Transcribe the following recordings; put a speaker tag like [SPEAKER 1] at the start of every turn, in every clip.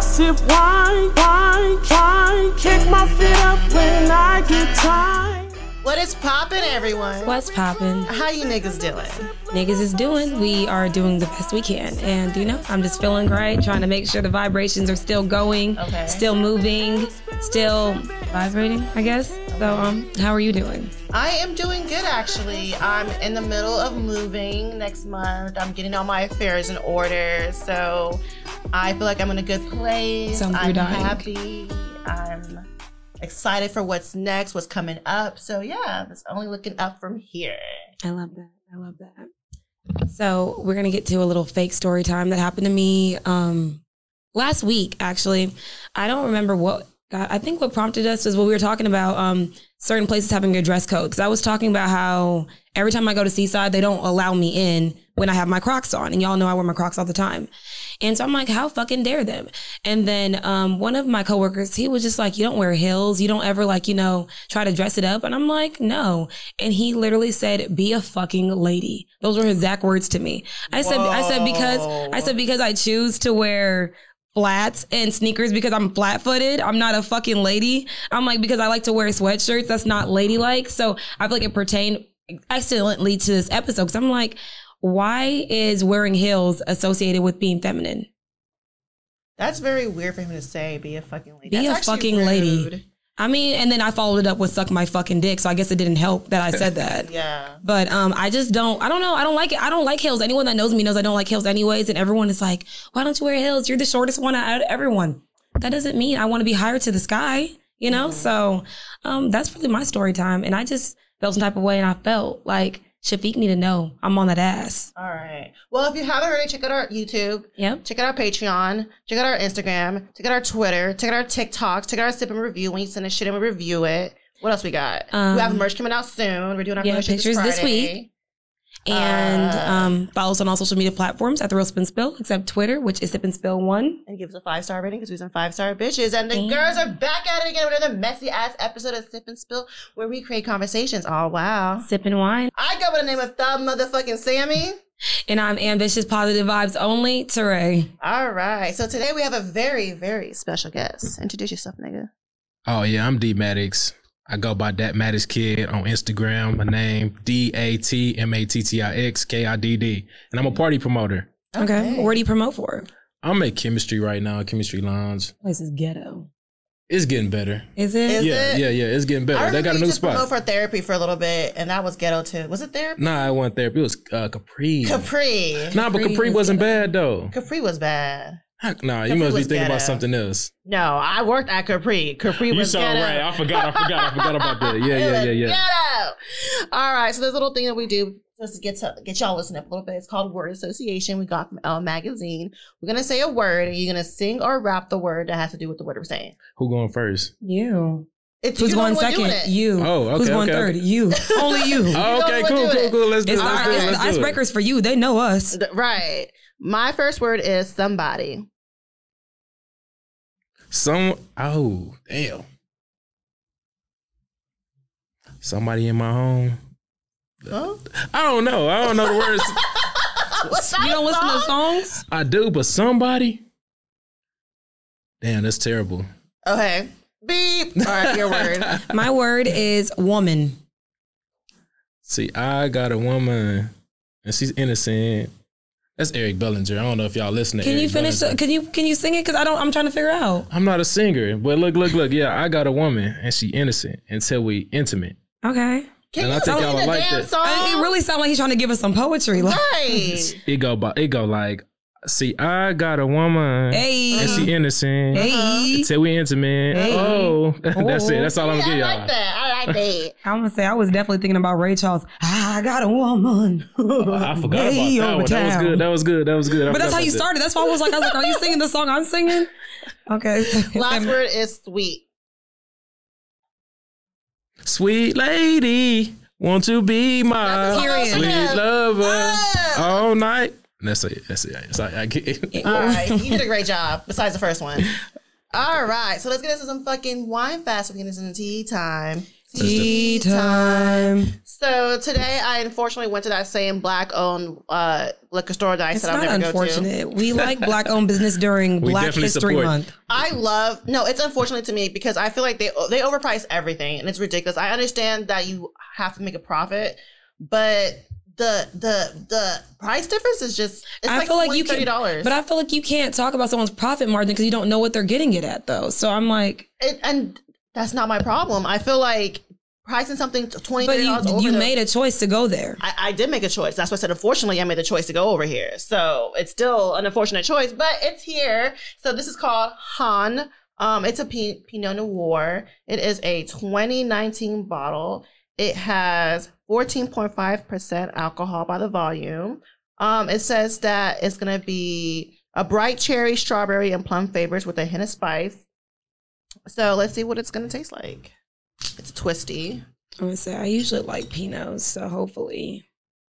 [SPEAKER 1] sip wine, wine, wine. Kick my feet up when I get tired.
[SPEAKER 2] What is poppin', everyone?
[SPEAKER 3] What's poppin'?
[SPEAKER 2] How you niggas doing?
[SPEAKER 3] Niggas is doing. We are doing the best we can. And, you know, I'm just feeling great, trying to make sure the vibrations are still going,
[SPEAKER 2] Okay.
[SPEAKER 3] still moving, still vibrating, I guess. So, um, how are you doing?
[SPEAKER 2] I am doing good, actually. I'm in the middle of moving next month. I'm getting all my affairs in order, so I feel like I'm in a good place.
[SPEAKER 3] Sounds
[SPEAKER 2] I'm
[SPEAKER 3] good-eyeing.
[SPEAKER 2] happy. I'm excited for what's next, what's coming up. So yeah, it's only looking up from here.
[SPEAKER 3] I love that. I love that. So we're gonna get to a little fake story time that happened to me um, last week. Actually, I don't remember what. I I think what prompted us was what we were talking about um, certain places having your dress code. Because I was talking about how every time I go to Seaside, they don't allow me in when I have my Crocs on, and y'all know I wear my Crocs all the time. And so I'm like, how fucking dare them? And then um, one of my coworkers, he was just like, you don't wear heels. You don't ever like, you know, try to dress it up. And I'm like, no. And he literally said, be a fucking lady. Those were his exact words to me. I said, I said, because, I said, because I choose to wear flats and sneakers because I'm flat footed. I'm not a fucking lady. I'm like, because I like to wear sweatshirts. That's not ladylike. So I feel like it pertained excellently to this episode. Cause I'm like, why is wearing heels associated with being feminine?
[SPEAKER 2] That's very weird for him to say. Be a fucking lady.
[SPEAKER 3] Be
[SPEAKER 2] That's
[SPEAKER 3] a
[SPEAKER 2] actually
[SPEAKER 3] fucking lady.
[SPEAKER 2] rude.
[SPEAKER 3] I mean, and then I followed it up with suck my fucking dick. So I guess it didn't help that I said that.
[SPEAKER 2] Yeah.
[SPEAKER 3] But um, I just don't. I don't know. I don't like it. I don't like heels. Anyone that knows me knows I don't like heels, anyways. And everyone is like, "Why don't you wear heels? You're the shortest one out of everyone." That doesn't mean I want to be higher to the sky, you know. So, um, that's really my story time. And I just felt some type of way, and I felt like Shafiq need to know I'm on that ass.
[SPEAKER 2] All right. Well, if you haven't already, check out our YouTube.
[SPEAKER 3] Yep.
[SPEAKER 2] Check out our Patreon. Check out our Instagram. Check out our Twitter. Check out our TikToks. Check out our sip and review when you send us shit and we review it. What else we got?
[SPEAKER 3] Um,
[SPEAKER 2] we have merch coming out soon. We're doing our
[SPEAKER 3] yeah,
[SPEAKER 2] merch
[SPEAKER 3] pictures this
[SPEAKER 2] Friday.
[SPEAKER 3] week. And
[SPEAKER 2] Uh.
[SPEAKER 3] um, follow us on all social media platforms at the Real Spin Spill, except Twitter, which is Sip and Spill One.
[SPEAKER 2] And give us a five star rating because we some five star bitches. And the
[SPEAKER 3] Damn.
[SPEAKER 2] girls are back at it again with another messy ass episode of Sip and Spill where we create conversations. Oh, wow.
[SPEAKER 3] Sipping wine.
[SPEAKER 2] I go by the name of Thub Motherfucking Sammy.
[SPEAKER 3] And I'm ambitious, positive vibes only. Teray.
[SPEAKER 2] All right. So today we have a very, very special guest. Introduce yourself, nigga.
[SPEAKER 4] Oh yeah, I'm D Maddox. I go by Dat Maddox Kid on Instagram. My name D A T M A T T I X K I D D, and I'm a party promoter.
[SPEAKER 3] Okay. Where do you promote for?
[SPEAKER 4] I'm at Chemistry right now, Chemistry Lounge.
[SPEAKER 3] Place is ghetto.
[SPEAKER 4] It's getting better.
[SPEAKER 3] Is it?
[SPEAKER 2] Is
[SPEAKER 4] yeah,
[SPEAKER 2] it?
[SPEAKER 4] yeah, yeah. It's getting
[SPEAKER 2] I
[SPEAKER 4] better. They
[SPEAKER 2] remember
[SPEAKER 4] got a
[SPEAKER 2] you
[SPEAKER 4] new
[SPEAKER 2] just promote
[SPEAKER 4] spot.
[SPEAKER 2] for therapy for a little bit, and that was ghetto too. Was it therapy?
[SPEAKER 4] nah, I went therapy. It was uh, Capri.
[SPEAKER 2] Capri.
[SPEAKER 4] Nah, but
[SPEAKER 3] Capri
[SPEAKER 4] Capri
[SPEAKER 3] was
[SPEAKER 4] wasn't bad though.
[SPEAKER 2] Capri was bad.
[SPEAKER 4] Heck, Nah, you
[SPEAKER 2] Capri
[SPEAKER 4] must be
[SPEAKER 2] was
[SPEAKER 4] thinking about
[SPEAKER 2] ghetto.
[SPEAKER 4] something else.
[SPEAKER 2] No, I worked at Capri. Capri
[SPEAKER 4] You
[SPEAKER 2] was
[SPEAKER 4] saw
[SPEAKER 2] ghetto.
[SPEAKER 4] right. I forgot. I forgot. I forgot about that. Yeah,
[SPEAKER 2] It
[SPEAKER 4] yeah,
[SPEAKER 2] was
[SPEAKER 4] yeah, yeah.
[SPEAKER 2] Ghetto. All right, so there's a little thing that we do just to get to get y'all listening up a little bit. It's called word association. We got from L magazine. We're gonna say a word, and you're gonna sing or rap the word that has to do with the word we're saying.
[SPEAKER 4] Who going first?
[SPEAKER 3] you.
[SPEAKER 2] It's
[SPEAKER 3] Who's
[SPEAKER 2] you're the
[SPEAKER 3] one
[SPEAKER 2] one doing
[SPEAKER 3] second?
[SPEAKER 2] it.
[SPEAKER 3] You.
[SPEAKER 4] Oh, okay,
[SPEAKER 3] Who's
[SPEAKER 4] okay,
[SPEAKER 3] one
[SPEAKER 4] okay.
[SPEAKER 3] third? You. Only you.
[SPEAKER 4] Oh,
[SPEAKER 2] don't
[SPEAKER 4] okay,
[SPEAKER 2] wanna
[SPEAKER 4] cool,
[SPEAKER 2] do
[SPEAKER 4] cool,
[SPEAKER 2] it.
[SPEAKER 4] cool. Let's do it.
[SPEAKER 3] It's, the,
[SPEAKER 4] Let's do it.
[SPEAKER 3] it's the
[SPEAKER 4] Let's do it.
[SPEAKER 3] icebreakers for you. They know us.
[SPEAKER 2] Th- Right. My first word is somebody.
[SPEAKER 4] Some oh damn. Somebody in my home.
[SPEAKER 2] Huh?
[SPEAKER 4] I don't know. I don't know the words.
[SPEAKER 2] What's
[SPEAKER 3] You
[SPEAKER 2] that
[SPEAKER 3] don't listen to
[SPEAKER 2] song?
[SPEAKER 3] songs?
[SPEAKER 4] I do, but somebody. Damn, that's terrible.
[SPEAKER 2] Okay. Beep. All right, your word.
[SPEAKER 3] My word is woman.
[SPEAKER 4] See, I got a woman, and she's innocent. That's Eric Bellinger. I don't know if y'all listen to.
[SPEAKER 3] Can
[SPEAKER 4] Eric
[SPEAKER 3] you finish? The,
[SPEAKER 4] Bellinger.
[SPEAKER 3] can you can you sing it? Because I don't. I'm trying to figure out.
[SPEAKER 4] I'm not a singer, but look, look, look. Yeah, I got a woman, and she innocent until we intimate.
[SPEAKER 3] Okay.
[SPEAKER 2] Can
[SPEAKER 4] And I
[SPEAKER 2] you
[SPEAKER 4] think
[SPEAKER 2] sing
[SPEAKER 4] y'all would
[SPEAKER 2] the
[SPEAKER 4] like
[SPEAKER 2] damn
[SPEAKER 4] that.
[SPEAKER 2] song?
[SPEAKER 3] I- it really sounds like he's trying to give us some poetry. Like,
[SPEAKER 2] right.
[SPEAKER 4] It go by. It go like. See, I got a woman,
[SPEAKER 3] hey,
[SPEAKER 4] and she innocent.
[SPEAKER 2] Uh-huh.
[SPEAKER 3] hey.
[SPEAKER 4] Say we intimate.
[SPEAKER 3] Hey.
[SPEAKER 4] Oh, that's it.
[SPEAKER 3] Oh.
[SPEAKER 4] That's all I'm gonna give
[SPEAKER 2] Yeah, I
[SPEAKER 4] y'all.
[SPEAKER 2] like that. I like that.
[SPEAKER 3] I'm gonna say I was definitely thinking about Ray Charles. I got a woman.
[SPEAKER 4] Oh, I forgot
[SPEAKER 3] Way
[SPEAKER 4] about that
[SPEAKER 3] over
[SPEAKER 4] one. That was
[SPEAKER 3] town.
[SPEAKER 4] good. That was good. That was good. I
[SPEAKER 3] But that's
[SPEAKER 4] forgot
[SPEAKER 3] how you
[SPEAKER 4] about that.
[SPEAKER 3] started. That's why I was like, I was like, are you singing the song I'm singing? Okay.
[SPEAKER 2] Last word is sweet.
[SPEAKER 4] Sweet lady, won't you be
[SPEAKER 2] That's
[SPEAKER 4] my
[SPEAKER 2] all I
[SPEAKER 3] Period.
[SPEAKER 2] should
[SPEAKER 4] sweet
[SPEAKER 2] have.
[SPEAKER 4] lover
[SPEAKER 2] Ah.
[SPEAKER 4] all night? That's it. That's it. That's all I get. it.
[SPEAKER 2] All right, you did a great job. Besides the first one. All right, so let's get into some fucking wine fast. We're getting into tea time.
[SPEAKER 3] Tea time.
[SPEAKER 2] So today, I unfortunately went to that same black-owned uh, liquor store that I
[SPEAKER 3] It's
[SPEAKER 2] said I'll
[SPEAKER 3] not
[SPEAKER 2] never go to.
[SPEAKER 3] unfortunate. We like black owned business during
[SPEAKER 4] We
[SPEAKER 3] Black
[SPEAKER 4] definitely
[SPEAKER 3] History
[SPEAKER 4] support.
[SPEAKER 3] Month.
[SPEAKER 2] I love no. It's unfortunate to me because I feel like they they overprice everything and it's ridiculous. I understand that you have to make a profit, but the the the price difference is just. It's
[SPEAKER 3] I
[SPEAKER 2] like
[SPEAKER 3] feel like
[SPEAKER 2] $40,
[SPEAKER 3] you can,
[SPEAKER 2] $30.
[SPEAKER 3] but I feel like you can't talk about someone's profit margin because you don't know what they're getting it at, though. So I'm like,
[SPEAKER 2] and, and that's not my problem. I feel like pricing something twenty
[SPEAKER 3] but
[SPEAKER 2] thirty
[SPEAKER 3] you
[SPEAKER 2] dollars over.
[SPEAKER 3] you
[SPEAKER 2] the-
[SPEAKER 3] made a choice to go there.
[SPEAKER 2] I, I did make a choice. That's why I said, unfortunately, I made the choice to go over here. So it's still an unfortunate choice, but it's here. So this is called Han. Um, it's a P- Pinot Noir. It is a 2019 bottle. It has 14.5% alcohol by the volume. Um, it says that it's going to be a bright cherry, strawberry, and plum flavors with a hint of spice. So let's see what it's going to taste like. It's twisty.
[SPEAKER 3] I'm gonna say I usually like Pinots, so hopefully.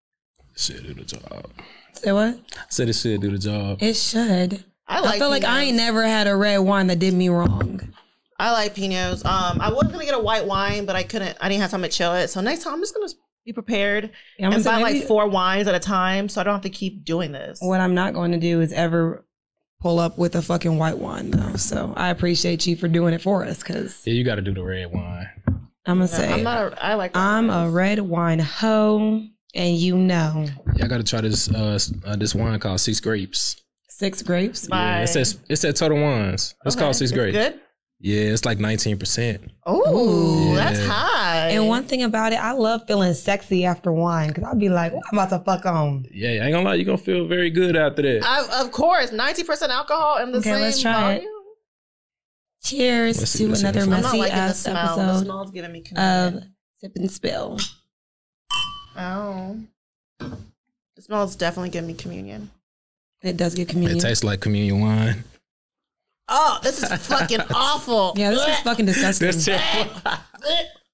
[SPEAKER 4] Shit, do the job.
[SPEAKER 3] Say what?
[SPEAKER 4] Said it should do the job.
[SPEAKER 3] It should.
[SPEAKER 2] I
[SPEAKER 3] I,
[SPEAKER 2] like.
[SPEAKER 3] feel like I
[SPEAKER 2] Pinots.
[SPEAKER 3] ain't never had a red wine that did me wrong.
[SPEAKER 2] I like pinots. Um, I was gonna get a white wine, but I couldn't. I didn't have time to chill it. So next time, I'm just gonna be prepared
[SPEAKER 3] I'm gonna
[SPEAKER 2] and
[SPEAKER 3] say
[SPEAKER 2] buy
[SPEAKER 3] maybe
[SPEAKER 2] like four wines at a time, so I don't have to keep doing this.
[SPEAKER 3] What I'm not going to do is ever pull up with a fucking white wine, though. So I appreciate you for doing it for us, because
[SPEAKER 4] Yeah, you got to do the red wine.
[SPEAKER 3] I'm gonna
[SPEAKER 2] Yeah,
[SPEAKER 3] say
[SPEAKER 2] I'm not. A, I like.
[SPEAKER 3] I'm a
[SPEAKER 2] wines.
[SPEAKER 3] red wine hoe, and you know,
[SPEAKER 4] Y'all got to try this uh, s- uh this wine called Six Grapes.
[SPEAKER 3] six grapes.
[SPEAKER 4] Yeah,
[SPEAKER 2] Bye.
[SPEAKER 4] it says it said Total Wines. It's called
[SPEAKER 2] Okay.
[SPEAKER 4] Six
[SPEAKER 2] It's
[SPEAKER 4] Grapes.
[SPEAKER 2] Good.
[SPEAKER 4] Yeah, it's like nineteen percent.
[SPEAKER 2] Oh,
[SPEAKER 4] Ooh.
[SPEAKER 2] that's
[SPEAKER 4] Yeah.
[SPEAKER 2] high.
[SPEAKER 3] And one thing about it, I love feeling sexy after wine because I'll be like, "Ooh, I'm about to fuck on.
[SPEAKER 4] Yeah, I ain't gonna lie, you gonna feel very good after that.
[SPEAKER 2] I, of course, ninety percent alcohol in the
[SPEAKER 3] Okay,
[SPEAKER 2] same.
[SPEAKER 3] let's try it.
[SPEAKER 2] volume?
[SPEAKER 3] Cheers
[SPEAKER 4] Let's see,
[SPEAKER 3] to
[SPEAKER 4] let's see,
[SPEAKER 3] another
[SPEAKER 4] let's see.
[SPEAKER 2] I'm not
[SPEAKER 3] messy
[SPEAKER 4] Messy
[SPEAKER 2] liking the
[SPEAKER 3] ass
[SPEAKER 2] smell. The
[SPEAKER 3] episode
[SPEAKER 2] smell's giving me.
[SPEAKER 3] of
[SPEAKER 2] Canadian.
[SPEAKER 3] Sip and Spill.
[SPEAKER 2] oh, the smell's definitely giving me communion.
[SPEAKER 3] It does get
[SPEAKER 4] It
[SPEAKER 3] communion.
[SPEAKER 4] tastes like communion wine.
[SPEAKER 2] Oh, this is fucking awful.
[SPEAKER 3] yeah, this is fucking disgusting.
[SPEAKER 4] That's terrible.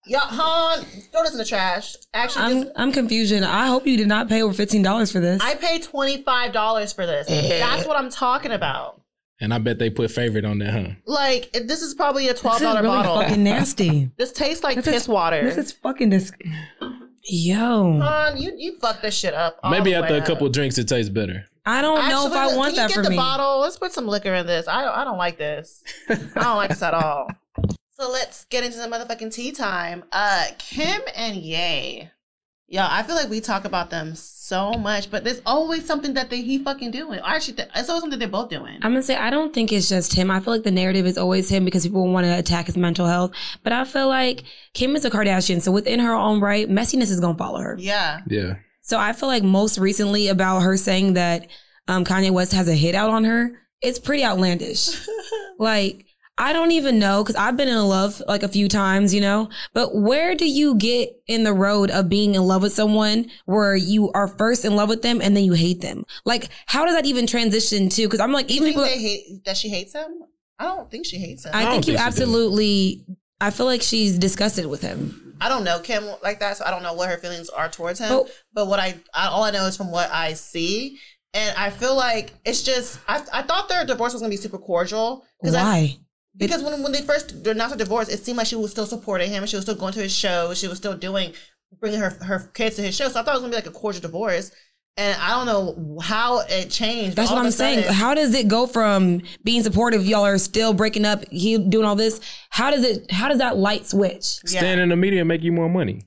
[SPEAKER 2] Y'all, hon, throw this in the trash. Actually, this-
[SPEAKER 3] I'm I'm confusion. I hope you did not pay over fifteen dollars for this.
[SPEAKER 2] I paid twenty five dollars for this. That's what I'm talking about.
[SPEAKER 4] And I bet they put favorite on that, huh?
[SPEAKER 2] Like it- this is probably a
[SPEAKER 3] this
[SPEAKER 2] twelve
[SPEAKER 3] is
[SPEAKER 2] dollar
[SPEAKER 3] really
[SPEAKER 2] bottle.
[SPEAKER 3] fucking nasty.
[SPEAKER 2] this tastes like
[SPEAKER 3] This is-
[SPEAKER 2] piss water.
[SPEAKER 3] This is fucking disgusting. Yo,
[SPEAKER 2] hon, you you fucked this shit up. all
[SPEAKER 4] Maybe
[SPEAKER 2] the
[SPEAKER 4] after
[SPEAKER 2] way
[SPEAKER 4] a couple
[SPEAKER 2] up.
[SPEAKER 4] drinks, it tastes better.
[SPEAKER 3] I don't know if
[SPEAKER 2] Actually,
[SPEAKER 3] I
[SPEAKER 2] look, can
[SPEAKER 3] want
[SPEAKER 2] you
[SPEAKER 3] that
[SPEAKER 2] get
[SPEAKER 3] for
[SPEAKER 2] the
[SPEAKER 3] me.
[SPEAKER 2] bottle. Let's put some liquor in this. I don't, I don't like this. I don't like this at all. So let's get into the motherfucking tea time. Uh, Kim and Ye. Yo, I feel like we talk about them so much, but there's always something that they he fucking doing. I actually, th- it's always something they're both doing.
[SPEAKER 3] I'm gonna say I don't think it's just him. I feel like the narrative is always him because people want to attack his mental health. But I feel like Kim is a Kardashian, so within her own right, messiness is gonna follow her.
[SPEAKER 2] yeah.
[SPEAKER 4] Yeah.
[SPEAKER 3] So I feel like most recently about her saying that um, Kanye West has a hit out on her, it's pretty outlandish. like I don't even know because I've been in love like a few times, you know. But where do you get in the road of being in love with someone where you are first in love with them and then you hate them? Like how does that even transition to? Because I'm like
[SPEAKER 2] You
[SPEAKER 3] even
[SPEAKER 2] think
[SPEAKER 3] people-
[SPEAKER 2] they hate that she hates him? I don't think she hates him.
[SPEAKER 3] I,
[SPEAKER 2] I,
[SPEAKER 4] don't
[SPEAKER 3] think you
[SPEAKER 4] think she does.
[SPEAKER 3] absolutely. I feel like she's disgusted with him.
[SPEAKER 2] don't know Kim like that, so I don't know what her feelings are towards him.
[SPEAKER 3] But-
[SPEAKER 2] But what I, I all I know is from what I see, and I feel like it's just I, I thought their divorce was gonna be super cordial because I
[SPEAKER 3] Why?
[SPEAKER 2] Because when, when they first announced the divorce, it seemed like she was still supporting him. She was still going to his shows. She was still doing, bringing her her kids to his show. So I thought it was gonna be like a cordial divorce, and I don't know how it changed.
[SPEAKER 3] That's
[SPEAKER 2] All
[SPEAKER 3] what
[SPEAKER 2] of a
[SPEAKER 3] I'm saying.
[SPEAKER 2] sudden-
[SPEAKER 3] How does it go from being supportive, y'all are still breaking up, he doing all this? How does it? How does that light switch?
[SPEAKER 2] Yeah.
[SPEAKER 4] Stand in the media and make you more money.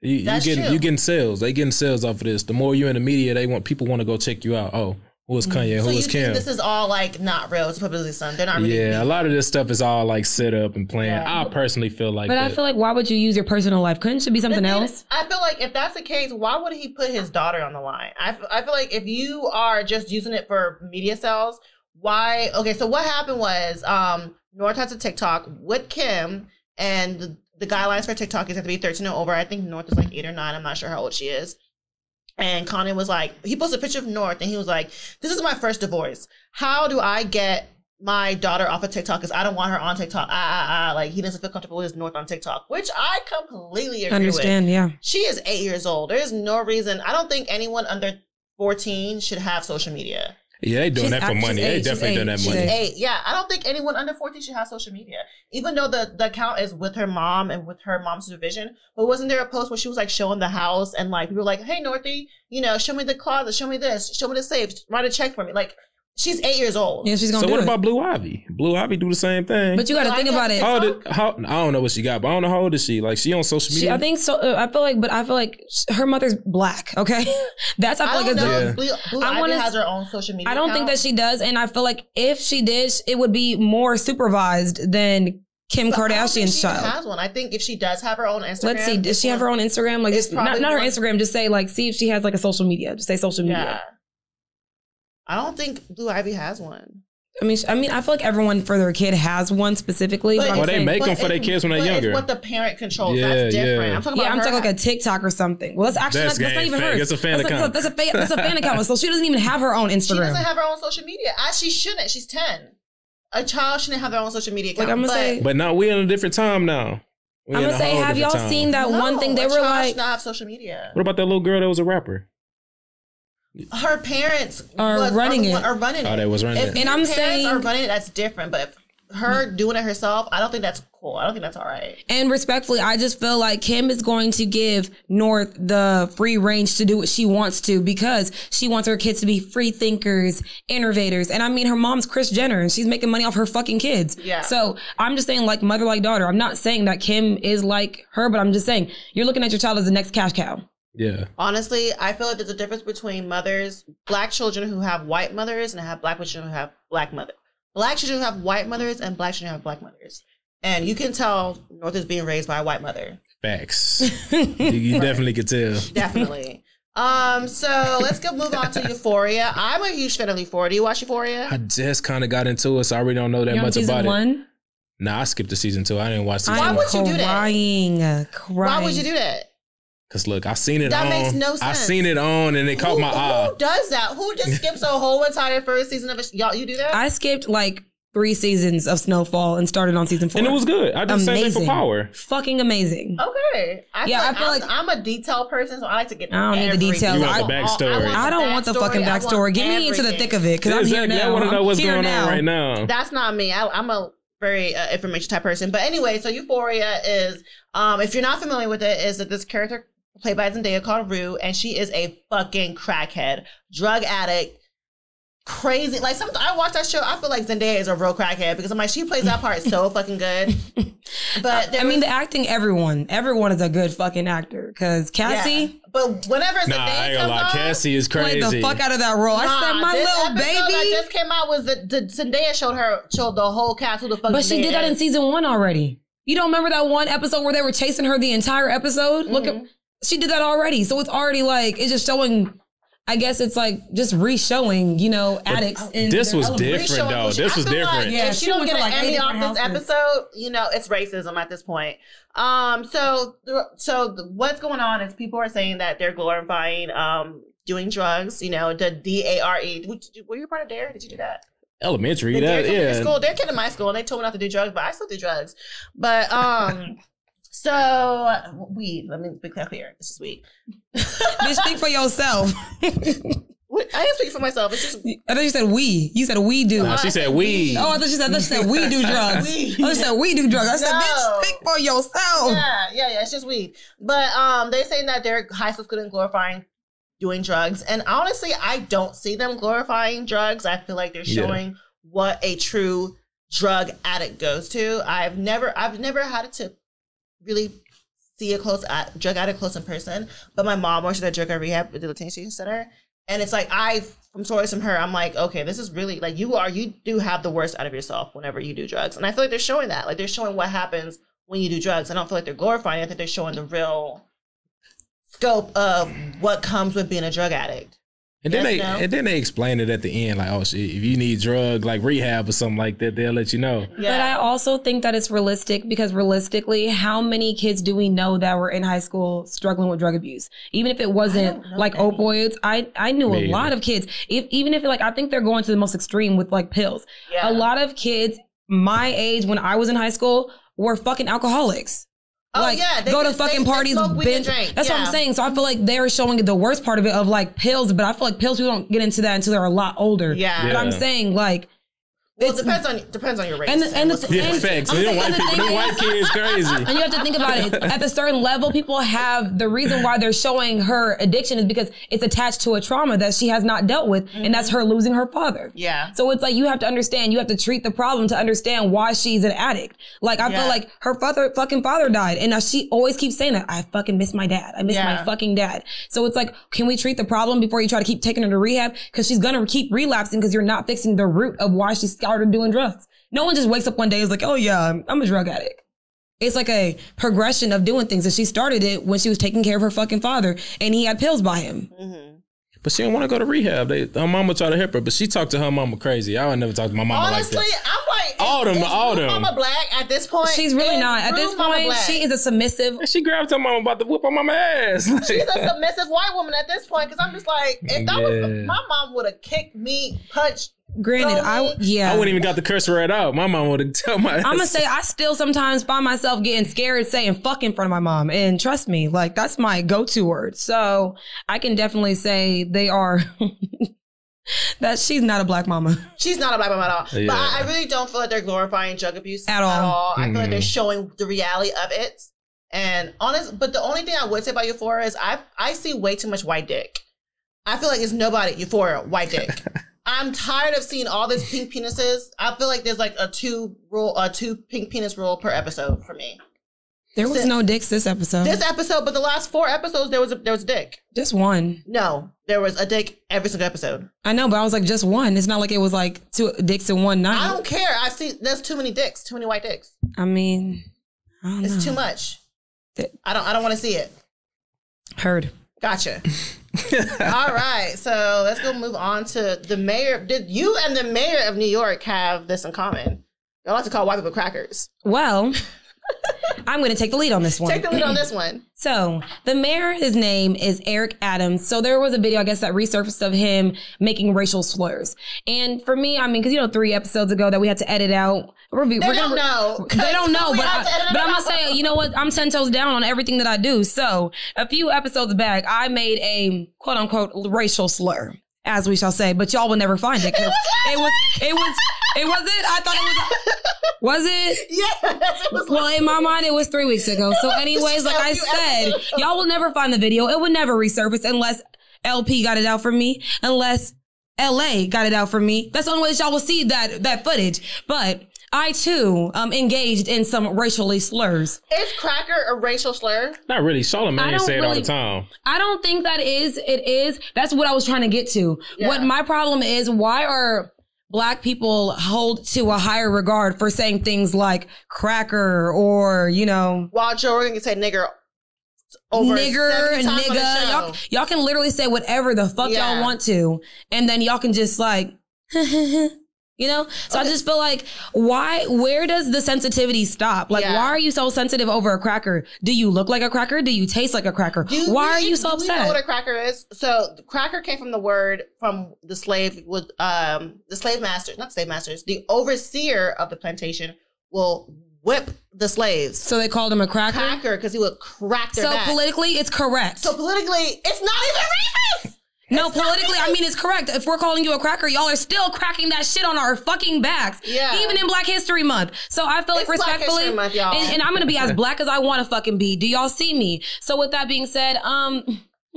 [SPEAKER 4] You, you
[SPEAKER 2] That's
[SPEAKER 4] getting
[SPEAKER 2] true.
[SPEAKER 4] you getting sales. They getting sales off of this. The more you're in the media, they want people want to go check you out. Oh, who is Kanye?
[SPEAKER 2] Mm-hmm. So
[SPEAKER 4] Who
[SPEAKER 2] you
[SPEAKER 4] is
[SPEAKER 2] think
[SPEAKER 4] Kim?
[SPEAKER 2] this is all like not real? It's publicity stunt. They're not really.
[SPEAKER 4] Yeah, a lot of this stuff is all like set up and planned.
[SPEAKER 2] Yeah.
[SPEAKER 4] I personally feel like
[SPEAKER 3] But
[SPEAKER 4] that.
[SPEAKER 3] I feel like why would you use your personal life? Couldn't it be
[SPEAKER 2] The
[SPEAKER 3] something
[SPEAKER 2] thing
[SPEAKER 3] else?
[SPEAKER 2] is, I feel like if that's the case, why would he put his daughter on the line? I, f- I feel like if you are just using it for media sales, why? Okay, so what happened was um, North has a TikTok with Kim, and the, the guidelines for TikTok is have to be 13 or over. I think North is like eight or nine. I'm not sure how old she is. And Kanye was like, he posted a picture of North and he was like, This is my first divorce. How do I get my daughter off of TikTok? Because I don't want her on TikTok. Ah, ah, ah. Like, he doesn't feel comfortable with his North on TikTok, which I completely agree with.
[SPEAKER 3] Understand? Yeah.
[SPEAKER 2] She is eight years old. There is no reason. I don't think anyone under 14 should have social media.
[SPEAKER 4] Yeah, they doing
[SPEAKER 3] She's
[SPEAKER 4] that for
[SPEAKER 3] act-
[SPEAKER 4] money.
[SPEAKER 3] she's
[SPEAKER 4] They
[SPEAKER 3] eight,
[SPEAKER 4] definitely
[SPEAKER 3] she's
[SPEAKER 4] doing that
[SPEAKER 3] eight,
[SPEAKER 4] money.
[SPEAKER 3] she's
[SPEAKER 2] Hey, yeah, I don't think anyone under 14 should have social media, even though the, the account is with her mom and with her mom's supervision. But wasn't there a post where she was like showing the house and like people were like, hey, Northy, you know, show me the closet, show me this, show me the safe, write a check for me. Like, she's eight years old.
[SPEAKER 3] Yeah, she's gonna
[SPEAKER 4] So
[SPEAKER 3] do
[SPEAKER 4] what
[SPEAKER 3] it.
[SPEAKER 4] about Blue Ivy? Blue Ivy do the same thing.
[SPEAKER 3] but you got to
[SPEAKER 2] Well,
[SPEAKER 3] think
[SPEAKER 2] I
[SPEAKER 3] about
[SPEAKER 2] guess
[SPEAKER 3] it.
[SPEAKER 2] it's-
[SPEAKER 4] how old? How, I don't know what she got, but I don't know how old is she. Like she on social
[SPEAKER 3] She,
[SPEAKER 4] media.
[SPEAKER 3] I think so. uh, I feel like, but I feel like sh- her mother's black. Okay, that's I
[SPEAKER 2] I
[SPEAKER 3] feel like.
[SPEAKER 2] don't
[SPEAKER 3] it's
[SPEAKER 2] know.
[SPEAKER 4] Yeah.
[SPEAKER 2] if Blue, Blue
[SPEAKER 3] I
[SPEAKER 2] Ivy
[SPEAKER 3] wanna
[SPEAKER 2] has her own social media.
[SPEAKER 3] I don't think that
[SPEAKER 2] account.
[SPEAKER 3] she does, and I feel like if she did, sh- it would be more supervised than Kim
[SPEAKER 2] But I don't think
[SPEAKER 3] Kardashian's
[SPEAKER 2] she
[SPEAKER 3] child.
[SPEAKER 2] even has one. I think if she does have her own Instagram,
[SPEAKER 3] Let's see. Does
[SPEAKER 2] this
[SPEAKER 3] she have
[SPEAKER 2] one-
[SPEAKER 3] her own Instagram? Like,
[SPEAKER 2] It's
[SPEAKER 3] just not,
[SPEAKER 2] probably
[SPEAKER 3] not her
[SPEAKER 2] one-
[SPEAKER 3] Instagram. Just say like, see if she has like a social media. Just say social media.
[SPEAKER 2] Yeah. I don't think Blue Ivy has one.
[SPEAKER 3] I mean, sh- I mean, I feel like everyone for their kid has one specifically.
[SPEAKER 2] But
[SPEAKER 3] But, I'm
[SPEAKER 2] Well,
[SPEAKER 4] they
[SPEAKER 3] saying-
[SPEAKER 4] make- them
[SPEAKER 2] But
[SPEAKER 4] for their
[SPEAKER 2] it's-
[SPEAKER 4] kids when they're
[SPEAKER 2] but
[SPEAKER 4] younger.
[SPEAKER 2] It's what the parent controls.
[SPEAKER 4] Yeah,
[SPEAKER 2] That's different.
[SPEAKER 4] yeah.
[SPEAKER 2] I'm talking
[SPEAKER 3] yeah,
[SPEAKER 2] about
[SPEAKER 3] I'm
[SPEAKER 2] her.
[SPEAKER 3] talking like a TikTok or something. Well, that's actually
[SPEAKER 4] That's
[SPEAKER 3] not, that's not
[SPEAKER 4] gang
[SPEAKER 3] even
[SPEAKER 4] fake.
[SPEAKER 3] hers.
[SPEAKER 4] It's a fan
[SPEAKER 3] that's
[SPEAKER 4] account.
[SPEAKER 3] that's a fa- that's a fan account. So she doesn't even have her own
[SPEAKER 2] she
[SPEAKER 3] Instagram.
[SPEAKER 2] doesn't have her own social media, as she shouldn't. She's ten. A child shouldn't have their own social media account.
[SPEAKER 3] Like, I'ma
[SPEAKER 2] but
[SPEAKER 3] say-
[SPEAKER 4] but now we in a different time now. We
[SPEAKER 3] I'm
[SPEAKER 4] in
[SPEAKER 3] gonna
[SPEAKER 4] a
[SPEAKER 3] say,
[SPEAKER 4] whole
[SPEAKER 3] have y'all
[SPEAKER 4] different time.
[SPEAKER 3] seen that
[SPEAKER 2] no,
[SPEAKER 3] one thing? They
[SPEAKER 2] a
[SPEAKER 3] were
[SPEAKER 2] child
[SPEAKER 3] like,
[SPEAKER 2] should not have social media.
[SPEAKER 4] What about that little girl that was a rapper?
[SPEAKER 2] Her parents
[SPEAKER 3] Are
[SPEAKER 2] was-
[SPEAKER 3] running
[SPEAKER 2] the
[SPEAKER 3] it.
[SPEAKER 2] one- Are running
[SPEAKER 4] Oh,
[SPEAKER 2] it.
[SPEAKER 4] they was running
[SPEAKER 2] If
[SPEAKER 4] it.
[SPEAKER 2] your
[SPEAKER 3] And I'm
[SPEAKER 2] parents
[SPEAKER 3] saying- Mm.
[SPEAKER 2] are running it, that's different. But if her doing it herself, I don't think that's cool. I don't think that's all right.
[SPEAKER 3] And respectfully, I just feel like Kim is going to give North the free range to do what she wants to because she wants her kids to be free thinkers, innovators. And I mean, her mom's Chris Jenner and she's making money off her fucking kids.
[SPEAKER 2] Yeah.
[SPEAKER 3] So I'm just saying, like mother, like daughter. I'm not saying that Kim is like her, but I'm just saying you're looking at your child as the next cash cow.
[SPEAKER 4] Yeah.
[SPEAKER 2] Honestly, I feel like there's a difference between mothers, black children who have white mothers, and have black children who have black mother. Black children who have white mothers, and black children who have black mothers. And you can tell North is being raised by a white mother,
[SPEAKER 4] Facts. you you definitely could tell.
[SPEAKER 2] definitely. um, so let's go move on to Euphoria. I'm a huge fan of Euphoria. Do you watch
[SPEAKER 4] I
[SPEAKER 2] Euphoria?
[SPEAKER 4] just kind of got into it, so I really don't know that
[SPEAKER 3] You're on
[SPEAKER 4] much
[SPEAKER 3] season
[SPEAKER 4] about it.
[SPEAKER 3] one.
[SPEAKER 4] Nah, I skipped the season two. I didn't watch season
[SPEAKER 2] Why
[SPEAKER 3] I'm
[SPEAKER 4] one.
[SPEAKER 2] would you do that?
[SPEAKER 3] Crying, uh, crying.
[SPEAKER 2] Why would you do that?
[SPEAKER 4] Cause look, I seen it
[SPEAKER 2] That
[SPEAKER 4] on.
[SPEAKER 2] makes no
[SPEAKER 4] I
[SPEAKER 2] sense.
[SPEAKER 4] seen it on, and it caught
[SPEAKER 2] who,
[SPEAKER 4] my
[SPEAKER 2] who
[SPEAKER 4] eye.
[SPEAKER 2] does that? Who just skips a whole entire first season of a y'all? You do that?
[SPEAKER 3] I skipped like three seasons of Snowfall and started on season four.
[SPEAKER 4] And it was good. I did the same thing for
[SPEAKER 3] Amazing.
[SPEAKER 4] Power.
[SPEAKER 3] fucking amazing.
[SPEAKER 2] Okay. I
[SPEAKER 3] Yeah,
[SPEAKER 2] feel like I feel I'm, like I'm a detail person, so I like to get.
[SPEAKER 3] I don't need the
[SPEAKER 2] everything.
[SPEAKER 3] details. You want
[SPEAKER 4] the backstory.
[SPEAKER 3] I don't want the fucking
[SPEAKER 2] I want
[SPEAKER 3] backstory. Get me into the
[SPEAKER 2] everything.
[SPEAKER 3] thick of it because I'm here
[SPEAKER 4] Exactly.
[SPEAKER 3] now.
[SPEAKER 4] I want to know
[SPEAKER 3] I'm
[SPEAKER 4] what's
[SPEAKER 3] here
[SPEAKER 4] going
[SPEAKER 3] now.
[SPEAKER 4] on right now.
[SPEAKER 2] That's not me. I, I'm a very uh, information type person. But anyway, so Euphoria is, um, if you're not familiar with it, is that this character played by Zendaya called Rue, and she is a fucking crackhead, drug addict. Crazy, like sometimes I watch that show. I feel like Zendaya is a real crackhead because I'm like she plays that part so fucking good. But there
[SPEAKER 3] I mean, the acting, everyone, everyone is a good fucking actor because Cassie
[SPEAKER 2] yeah. But whenever Zendaya
[SPEAKER 4] Nah, I
[SPEAKER 2] comes
[SPEAKER 4] ain't gonna lie.
[SPEAKER 2] on,
[SPEAKER 4] Cassie is crazy.
[SPEAKER 3] played the fuck out of that role. I said,
[SPEAKER 2] Nah,
[SPEAKER 3] my
[SPEAKER 2] this
[SPEAKER 3] little
[SPEAKER 2] episode that
[SPEAKER 3] baby.
[SPEAKER 2] just came out was the, the Zendaya showed her showed the whole cast who the fuck.
[SPEAKER 3] But she
[SPEAKER 2] Zendaya
[SPEAKER 3] did that in
[SPEAKER 2] is.
[SPEAKER 3] season one already. You don't remember that one episode where they were chasing her the entire episode? Look
[SPEAKER 2] Mm-hmm.
[SPEAKER 3] at, she did that already. So it's already like, it's just showing, I guess it's like just re-showing, you know, addicts. in
[SPEAKER 4] this
[SPEAKER 3] their
[SPEAKER 4] was
[SPEAKER 3] element.
[SPEAKER 4] different,
[SPEAKER 2] Re-showing
[SPEAKER 4] though.
[SPEAKER 2] who she-
[SPEAKER 4] This
[SPEAKER 2] I
[SPEAKER 4] was
[SPEAKER 2] feel
[SPEAKER 4] different.
[SPEAKER 2] Like
[SPEAKER 3] Yeah,
[SPEAKER 2] if she,
[SPEAKER 3] she
[SPEAKER 2] don't
[SPEAKER 3] went
[SPEAKER 2] get
[SPEAKER 3] to
[SPEAKER 2] an
[SPEAKER 3] like eight
[SPEAKER 2] Emmy off
[SPEAKER 3] different
[SPEAKER 2] this
[SPEAKER 3] houses.
[SPEAKER 2] episode, you know it's racism at this point. Um, so so what's going on is people are saying that they're glorifying um doing drugs. You know the D A R E. Were you a part of Dare? Did you do that?
[SPEAKER 4] Elementary.
[SPEAKER 2] They're
[SPEAKER 4] That,
[SPEAKER 2] coming E to
[SPEAKER 4] yeah.
[SPEAKER 2] school. They're kidding my school, and they told me not to do drugs, but I still do drugs. But um, so weed. Let me be clear. This is weed.
[SPEAKER 3] Bitch, think for yourself.
[SPEAKER 2] Wait, I am speaking for myself. It's just
[SPEAKER 3] I thought you said we. You said we do.
[SPEAKER 4] Nah, she said we.
[SPEAKER 3] Oh, I thought you said, I thought you said we do drugs.
[SPEAKER 2] We.
[SPEAKER 3] I thought you said we do drugs. I said,
[SPEAKER 2] No.
[SPEAKER 3] bitch, think for yourself.
[SPEAKER 2] yeah, yeah, yeah. It's just weed. But um, they're saying that they're high school students glorifying doing drugs, and honestly, I don't see them glorifying drugs. I feel like they're
[SPEAKER 4] Yeah.
[SPEAKER 2] showing what a true drug addict goes to. I've never, I've never had to really see a close ad- drug addict close in person, but my mom works at a drug and rehab at the detention center, and it's like I. From stories from her, I'm like, okay, this is really like you are. You do have the worst out of yourself whenever you do drugs, and I feel like they're showing that. Like they're showing what happens when you do drugs. I don't feel like they're glorifying it. I think they're showing the real scope of what comes with being a drug addict.
[SPEAKER 4] And then
[SPEAKER 2] Yes,
[SPEAKER 4] they
[SPEAKER 2] no.
[SPEAKER 4] and then they explain it at the end, like, oh shit, if you need drug like rehab or something like that, they'll let you know.
[SPEAKER 3] But I also think that it's realistic because realistically, how many kids do we know that were in high school struggling with drug abuse? Even if it wasn't
[SPEAKER 2] don't know
[SPEAKER 3] like
[SPEAKER 2] any.
[SPEAKER 3] opioids, I I knew
[SPEAKER 4] Me
[SPEAKER 3] a
[SPEAKER 4] either.
[SPEAKER 3] lot of kids. If even if like I think they're going to the most extreme with like pills.
[SPEAKER 2] yeah.
[SPEAKER 3] A lot of kids my age when I was in high school were fucking alcoholics.
[SPEAKER 2] Oh,
[SPEAKER 3] like
[SPEAKER 2] yeah, they
[SPEAKER 3] go to
[SPEAKER 2] can-
[SPEAKER 3] fucking
[SPEAKER 2] they- they
[SPEAKER 3] parties,
[SPEAKER 2] smoke weed and
[SPEAKER 3] binge.
[SPEAKER 2] drink,
[SPEAKER 3] That's what
[SPEAKER 2] yeah.
[SPEAKER 3] I'm saying. So I feel like they're showing the worst part of it of like pills, but I feel like pills we don't get into that until they're a lot older.
[SPEAKER 2] Yeah.
[SPEAKER 3] But I'm
[SPEAKER 4] Yeah.
[SPEAKER 3] saying like
[SPEAKER 2] Well, it depends on depends on your race.
[SPEAKER 3] and the, and the,
[SPEAKER 4] Yeah,
[SPEAKER 3] and,
[SPEAKER 4] facts.
[SPEAKER 3] I'm
[SPEAKER 4] Them
[SPEAKER 3] saying,
[SPEAKER 4] white
[SPEAKER 3] and the
[SPEAKER 4] people, them
[SPEAKER 3] thing
[SPEAKER 4] white
[SPEAKER 3] is-
[SPEAKER 4] kids crazy.
[SPEAKER 3] and you have to think about it. At a certain level, people have the reason why they're showing her addiction is because it's attached to a trauma that she has not dealt with, and that's her losing her father.
[SPEAKER 2] yeah.
[SPEAKER 3] So it's like you have to understand, you have to treat the problem to understand why she's an addict. Like I
[SPEAKER 2] Yeah.
[SPEAKER 3] feel like her father fucking father died. And now she always keeps saying that. I fucking miss my dad. I miss
[SPEAKER 2] Yeah.
[SPEAKER 3] my fucking dad. So it's like, can we treat the problem before you try to keep taking her to rehab? Cause she's gonna keep relapsing because you're not fixing the root of why she started doing drugs. No one just wakes up one day and is like, oh yeah, I'm, I'm a drug addict. It's like a progression of doing things. And she started it when she was taking care of her fucking father and he had pills by him.
[SPEAKER 4] But she didn't want to go to rehab. They, her mama tried to help her, but she talked to her mama crazy. I would never talk to my mama
[SPEAKER 2] Honestly,
[SPEAKER 4] like that.
[SPEAKER 2] I'm like
[SPEAKER 4] All them-
[SPEAKER 2] is
[SPEAKER 4] all
[SPEAKER 2] Rue
[SPEAKER 4] them.
[SPEAKER 2] Mama Black at this point.
[SPEAKER 3] She's really
[SPEAKER 2] Is
[SPEAKER 3] not. At
[SPEAKER 2] Rue
[SPEAKER 3] this
[SPEAKER 2] Mama
[SPEAKER 3] point,
[SPEAKER 2] Black-
[SPEAKER 3] she is a submissive
[SPEAKER 4] And she grabbed her mama about to whoop her mama ass.
[SPEAKER 2] She's a submissive white woman at this point because I'm just like, if that
[SPEAKER 4] Yeah.
[SPEAKER 2] was my mom, would have kicked me, punched.
[SPEAKER 3] Granted, I
[SPEAKER 2] Really?
[SPEAKER 3] yeah.
[SPEAKER 4] I wouldn't even got the curse word out. My mama would have tell my.
[SPEAKER 3] I'm gonna say I still sometimes find myself getting scared saying fuck in front of my mom. And trust me, like that's my go-to word. So I can definitely say they are that she's not a black mama.
[SPEAKER 2] She's not a black mom at all.
[SPEAKER 4] Yeah.
[SPEAKER 2] But I, I really don't feel like they're glorifying drug abuse
[SPEAKER 3] At all.
[SPEAKER 2] I feel like
[SPEAKER 4] Mm.
[SPEAKER 2] they're showing the reality of it. And honest, but the only thing I would say about Euphoria is I I see way too much white dick. I feel like it's nobody Euphoria white dick. I'm tired of seeing all these pink penises. I feel like there's like a two rule, a two pink penis rule per episode for me.
[SPEAKER 3] There was no dicks this episode.
[SPEAKER 2] This episode, but the last four episodes, there was a, there was a dick.
[SPEAKER 3] just one.
[SPEAKER 2] No, there was a dick every single episode.
[SPEAKER 3] I know, but I was like just one. It's not like it was like two dicks in one
[SPEAKER 2] I
[SPEAKER 3] night.
[SPEAKER 2] don't care. I see there's too many dicks, too many white dicks.
[SPEAKER 3] I, mean, I don't
[SPEAKER 2] It's too
[SPEAKER 3] know.
[SPEAKER 2] much.
[SPEAKER 3] Th-
[SPEAKER 2] I don't I don't want to see it.
[SPEAKER 3] Heard.
[SPEAKER 2] Gotcha. All right. So let's go move on to the mayor. Did you and the mayor of New York have this in common? Y'all like to call white people crackers.
[SPEAKER 3] Well, I'm gonna take the lead on this one.
[SPEAKER 2] Take the lead on this one.
[SPEAKER 3] So the mayor, his name is Eric Adams. So there was a video, I guess, that resurfaced of him making racial slurs. And for me, I mean, because you know, three episodes ago that we had to edit out. We're,
[SPEAKER 2] They don't know.
[SPEAKER 3] They don't know,
[SPEAKER 2] We
[SPEAKER 3] but,
[SPEAKER 2] had to edit
[SPEAKER 3] I,
[SPEAKER 2] it
[SPEAKER 3] but I'm
[SPEAKER 2] out.
[SPEAKER 3] gonna say, you know what? I'm ten toes down on everything that I do. So a few episodes back, I made a quote unquote racial slur, as we shall say, but y'all will never find it. 'cause It was, it was, it was it. I thought it was. Was it?
[SPEAKER 2] Yes. It was
[SPEAKER 3] Well,
[SPEAKER 2] like-
[SPEAKER 3] in my mind, it was three weeks ago. So, anyways, like I said, y'all will never find the video. It will never resurface unless LP got it out for me, unless LA got it out for me. That's the only way that y'all will see that that footage. But I too um, engaged in some racially slurs.
[SPEAKER 2] is cracker a racial slur?
[SPEAKER 4] Not really.
[SPEAKER 3] I
[SPEAKER 4] Charlamagne
[SPEAKER 3] don't
[SPEAKER 4] say it all the
[SPEAKER 3] really-
[SPEAKER 4] time.
[SPEAKER 3] I don't think that is it is. That's what I was trying to get to.
[SPEAKER 2] Yeah.
[SPEAKER 3] What my problem is, why are black people hold to a higher regard for saying things like cracker or you know
[SPEAKER 2] While Joe Rogan can say nigger over 70
[SPEAKER 3] nigger,
[SPEAKER 2] times on the
[SPEAKER 3] nigga.
[SPEAKER 2] show.
[SPEAKER 3] Y'all, y'all can literally say whatever the fuck
[SPEAKER 2] Yeah.
[SPEAKER 3] y'all want to, and then y'all can just like, you know. So I just feel like, why? Where does the sensitivity stop? Like,
[SPEAKER 2] Yeah.
[SPEAKER 3] why are you so sensitive over a cracker? Do you look like a cracker? Do you taste like a cracker?
[SPEAKER 2] Do
[SPEAKER 3] why are
[SPEAKER 2] we-
[SPEAKER 3] you so
[SPEAKER 2] do we know
[SPEAKER 3] upset?
[SPEAKER 2] what a cracker is? So the cracker came from the word from the slave would um the slave masters, not slave masters, the overseer of the plantation will whip the slaves.
[SPEAKER 3] so they called him a cracker.
[SPEAKER 2] Cracker because he would crack their
[SPEAKER 3] so
[SPEAKER 2] back.
[SPEAKER 3] politically, it's correct.
[SPEAKER 2] so politically, it's not even racist.
[SPEAKER 3] no, politically, I mean it's correct. If we're calling you a cracker, y'all are still cracking that shit on our fucking backs.
[SPEAKER 2] Yeah.
[SPEAKER 3] Even in Black History Month. So I feel like
[SPEAKER 2] It's Black
[SPEAKER 3] respectfully,
[SPEAKER 2] History Month, y'all.
[SPEAKER 3] And, and I'm gonna be as black as I want to fucking be. Do y'all see me? So with that being said, um,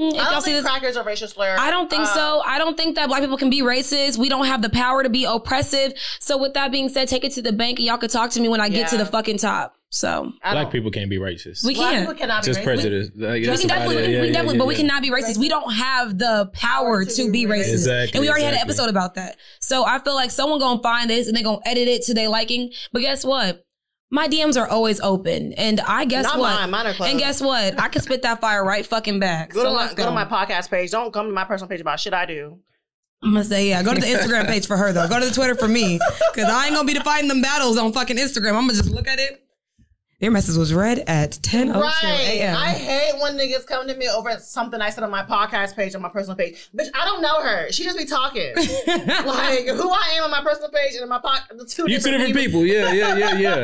[SPEAKER 3] if
[SPEAKER 2] I
[SPEAKER 3] y'all
[SPEAKER 2] don't
[SPEAKER 3] see
[SPEAKER 2] think
[SPEAKER 3] this,
[SPEAKER 2] crackers are racial slur.
[SPEAKER 3] I don't think
[SPEAKER 2] Um,
[SPEAKER 3] so. I don't think that black people can be racist. We don't have the power to be oppressive. So with that being said, take it to the bank and y'all can talk to me when I get to
[SPEAKER 2] Yeah.
[SPEAKER 3] the fucking top. So
[SPEAKER 2] I
[SPEAKER 4] Black
[SPEAKER 2] don't-
[SPEAKER 4] people can't be racist.
[SPEAKER 3] we
[SPEAKER 2] Black
[SPEAKER 3] can't.
[SPEAKER 2] people cannot be
[SPEAKER 4] just
[SPEAKER 2] racist.
[SPEAKER 4] prejudice. Like,
[SPEAKER 3] we
[SPEAKER 4] that's
[SPEAKER 3] can
[SPEAKER 4] about
[SPEAKER 3] definitely,
[SPEAKER 4] it. Yeah,
[SPEAKER 3] we
[SPEAKER 4] yeah,
[SPEAKER 3] definitely,
[SPEAKER 4] yeah,
[SPEAKER 3] but we
[SPEAKER 4] yeah.
[SPEAKER 3] cannot be racist. We don't have the power to be racist,
[SPEAKER 4] Exactly,
[SPEAKER 3] and we already had an
[SPEAKER 4] exactly.
[SPEAKER 3] episode about that. So I feel like someone gonna find this and they gonna edit it to their liking. But guess what? My DMs are always open, and I guess
[SPEAKER 2] Not
[SPEAKER 3] what?
[SPEAKER 2] mine. Mine are closed.
[SPEAKER 3] and guess what? I can spit that fire right fucking back.
[SPEAKER 2] Go, to
[SPEAKER 3] So
[SPEAKER 2] my,
[SPEAKER 3] let's
[SPEAKER 2] go to my podcast page. Don't come to my personal page about shit I do.
[SPEAKER 3] I'm gonna say yeah. Go to the Instagram page for her though. Go to the Twitter for me, cause I ain't gonna be fighting them battles on fucking Instagram. I'm gonna just look at it. Your message was read at 10:02
[SPEAKER 2] Right.
[SPEAKER 3] a.m.
[SPEAKER 2] I hate when niggas come to me over something I said on my podcast page, on my personal page. Bitch, I don't know her. She just be talking. like, who I am on my personal page and on my podcast. The two
[SPEAKER 4] You two different people. Yeah, yeah, yeah, yeah.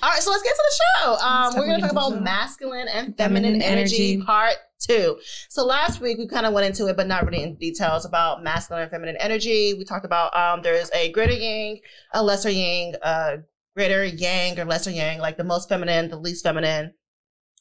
[SPEAKER 2] All right, so let's get to the show. Um,
[SPEAKER 3] Let's
[SPEAKER 2] we're going to talk
[SPEAKER 3] definitely get to the
[SPEAKER 2] about
[SPEAKER 3] show.
[SPEAKER 2] masculine and feminine,
[SPEAKER 3] Feminine
[SPEAKER 2] energy,
[SPEAKER 3] energy.
[SPEAKER 2] part two. So last week we kind of went into it, but not really in details about masculine and feminine energy. We talked about um, there's a greater yang, a lesser yang, a greater yang or lesser yang, like the most feminine, the least feminine,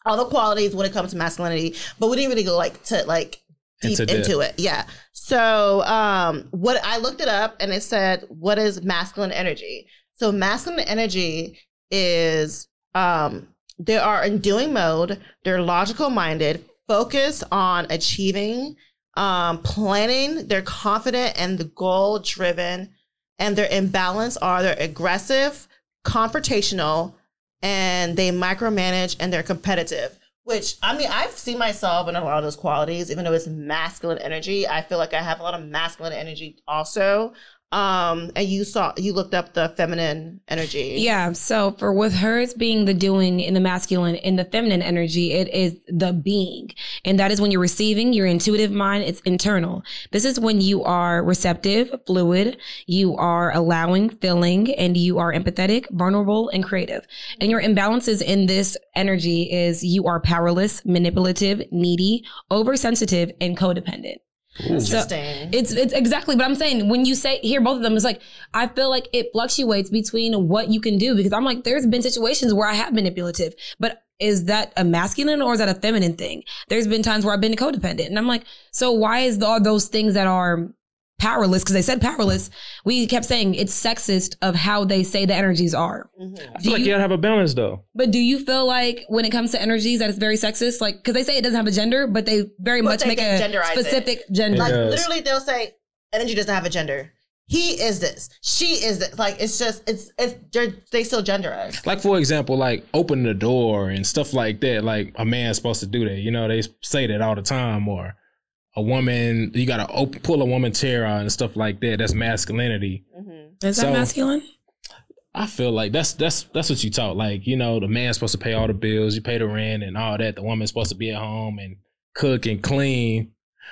[SPEAKER 2] all the qualities when it comes to masculinity. But we didn't really go like to like deep
[SPEAKER 4] Into
[SPEAKER 2] into,
[SPEAKER 4] depth.
[SPEAKER 2] it. Yeah. So um, what I looked it up and it said, what is masculine energy? So masculine energy is um, they are in doing mode. They're logical minded, focused on achieving, um, planning. They're confident and the goal driven. And their imbalance are they're aggressive, confrontational, and they micromanage and they're competitive. Which I mean, I've seen myself in a lot of those qualities. Even though it's masculine energy, I feel like I have a lot of masculine energy also. Um, and you saw you looked up the feminine energy.
[SPEAKER 3] Yeah. So for with hers being the doing in the masculine in the feminine energy, it is the being. And that is when you're receiving your intuitive mind, it's internal. This is when you are receptive, fluid, you are allowing, filling, and you are empathetic, vulnerable, and creative. And your imbalances in this energy is you are powerless, manipulative, needy, oversensitive, and codependent. So-
[SPEAKER 2] Interesting.
[SPEAKER 3] It's it's exactly what I'm saying. When you say hear both of them, it's like I feel like it fluctuates between what you can do because I'm like, there's been situations where I have manipulative, but is that a masculine or is that a feminine thing? There's been times where I've been codependent, and I'm like, so why is all those things that are powerless? Because they said powerless. We kept saying it's sexist of how they say the energies are.
[SPEAKER 2] Mhm.
[SPEAKER 4] I feel like
[SPEAKER 3] you-
[SPEAKER 4] you gotta have a balance though.
[SPEAKER 3] But do you feel like when it comes to energies that it's very sexist? Like because they say it doesn't have a gender, but they very
[SPEAKER 2] But
[SPEAKER 3] much
[SPEAKER 2] they
[SPEAKER 3] make
[SPEAKER 2] can
[SPEAKER 3] a
[SPEAKER 2] genderize it.
[SPEAKER 3] specific gender.
[SPEAKER 2] Like
[SPEAKER 4] Yes.
[SPEAKER 2] literally, they'll say energy doesn't have a gender. He is this. She is this. Like it's just it's it's they're, they still gender us.
[SPEAKER 4] Like for example, like open the door and stuff like that. Like a man's supposed to do that. You know, they say that all the time. Or a woman, you gotta op- pull a woman tear out and stuff like that. That's masculinity.
[SPEAKER 3] Is
[SPEAKER 4] So-
[SPEAKER 3] masculine?
[SPEAKER 4] I feel like that's that's that's what you taught. Like you know, the man's supposed to pay all the bills, you pay the rent and all that. The woman's supposed to be at home and cook and clean.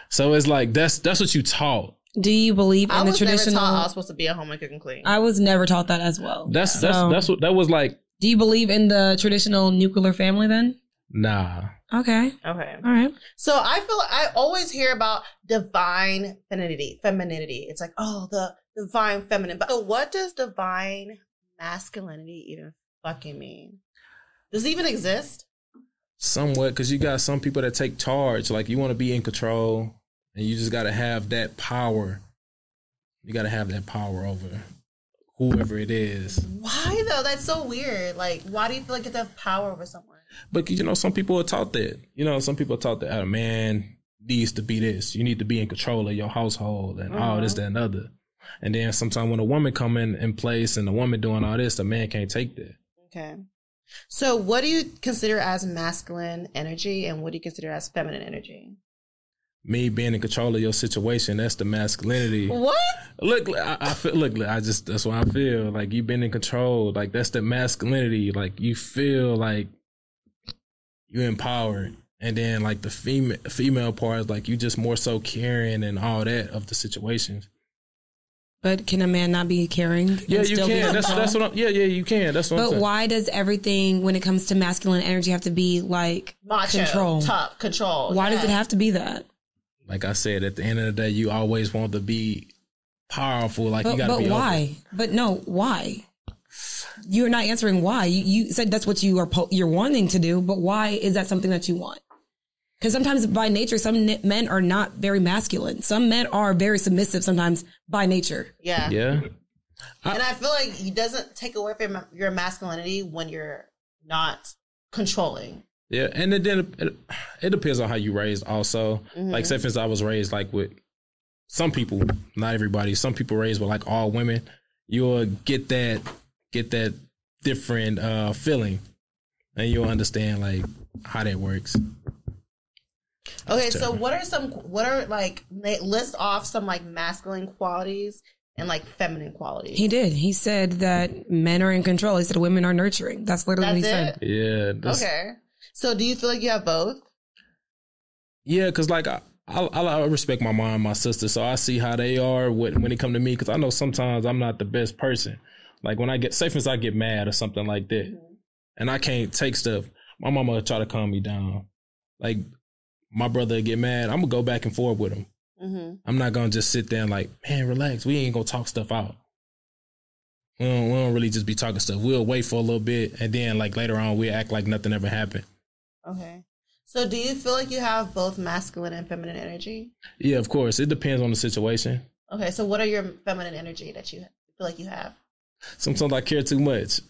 [SPEAKER 4] So it's like that's that's what you taught.
[SPEAKER 3] Do you believe
[SPEAKER 2] I
[SPEAKER 3] in the
[SPEAKER 2] was never
[SPEAKER 3] traditional?
[SPEAKER 2] taught I was supposed to be a home and cook and clean.
[SPEAKER 3] I was never taught that as well.
[SPEAKER 4] That's that's
[SPEAKER 3] So,
[SPEAKER 4] that's what that was like.
[SPEAKER 3] Do you believe in the traditional nuclear family then?
[SPEAKER 4] Nah,
[SPEAKER 3] Okay,
[SPEAKER 2] okay.
[SPEAKER 3] all right.
[SPEAKER 2] So I feel I always hear about divine femininity. Femininity. It's like oh the divine feminine. But so what does divine masculinity even fucking mean? Does it even exist?
[SPEAKER 4] somewhat because you got some people that take charge. Like you want to be in control, and you just gotta have that power. You gotta have that power over whoever it is.
[SPEAKER 2] Why though? That's so weird. Like why do you feel like you have to have power over someone?
[SPEAKER 4] But you know, some people are taught that. You know, some people are taught that. Oh, man needs to be this. You need to be in control of your household and all this, that, and other. And then sometimes when a woman come in in place and the woman doing all this, the man can't take that.
[SPEAKER 2] Okay. So, what do you consider as masculine energy, and what do you consider as feminine energy?
[SPEAKER 4] Me being in control of your situation, that's the masculinity.
[SPEAKER 2] What?
[SPEAKER 4] Look, I, I feel, look, I just that's what I feel. Like you've been in control. Like that's the masculinity. Like you feel like you empowered. And then like the female female part is like you just more so caring and all that of the situations.
[SPEAKER 3] But can a man not be caring? and
[SPEAKER 4] Yeah, you
[SPEAKER 3] still be
[SPEAKER 4] can. That's
[SPEAKER 3] involved?
[SPEAKER 4] that's what. I'm, yeah, yeah, you can. That's what. I'm
[SPEAKER 3] But
[SPEAKER 4] saying.
[SPEAKER 3] why does everything when it comes to masculine energy have to be like
[SPEAKER 2] Macho,
[SPEAKER 3] control?
[SPEAKER 2] tough, control.
[SPEAKER 3] Why
[SPEAKER 2] Yeah.
[SPEAKER 3] does it have to be that?
[SPEAKER 4] Like I said, at the end of the day, you always want to be powerful. Like
[SPEAKER 3] But
[SPEAKER 4] you gotta
[SPEAKER 3] but
[SPEAKER 4] be.
[SPEAKER 3] why?
[SPEAKER 4] over-
[SPEAKER 3] But no, why? You're not answering why. You, you said that's what you are po- you're wanting to do, but why is that something that you want? Because sometimes by nature, some ni- men are not very masculine. Some men are very submissive sometimes by nature.
[SPEAKER 2] Yeah.
[SPEAKER 4] Yeah.
[SPEAKER 2] And I feel like it doesn't take away from your- your masculinity when you're not controlling.
[SPEAKER 4] Yeah, and it then it, it depends on how you raised. Also, like say for instance, I was raised like with some people, not everybody. Some people raised with like all women. You'll get that get that different uh feeling, and you'll understand like how that works.
[SPEAKER 2] Okay, so what are some? What are like? na- List off some like masculine qualities and like feminine qualities.
[SPEAKER 3] He did. He said that men are in control. He said women are nurturing. That's literally
[SPEAKER 2] That's
[SPEAKER 3] what he said.
[SPEAKER 2] it.
[SPEAKER 4] Yeah. that's-
[SPEAKER 2] Okay. So, do you feel like you have both?
[SPEAKER 4] Yeah, cause like I, I I respect my mom, and my sister, so I see how they are when when it come to me. Cause I know sometimes I'm not the best person, Like when I get, say, for instance, I get mad or something like that, and I can't take stuff. My mama will try to calm me down. Like my brother would get mad, I'm gonna go back and forth with him.
[SPEAKER 2] Mm-hmm.
[SPEAKER 4] I'm not gonna just sit there and like, man, relax. We ain't gonna talk stuff out. We don't, we don't really just be talking stuff. We'll wait for a little bit, and then like later on, we will act like nothing ever happened.
[SPEAKER 2] Okay. So, do you feel like you have both masculine and feminine energy?
[SPEAKER 4] Yeah, of course. It depends on the situation.
[SPEAKER 2] Okay. So, what are your feminine energy that you feel like you have?
[SPEAKER 4] Sometimes I care too much.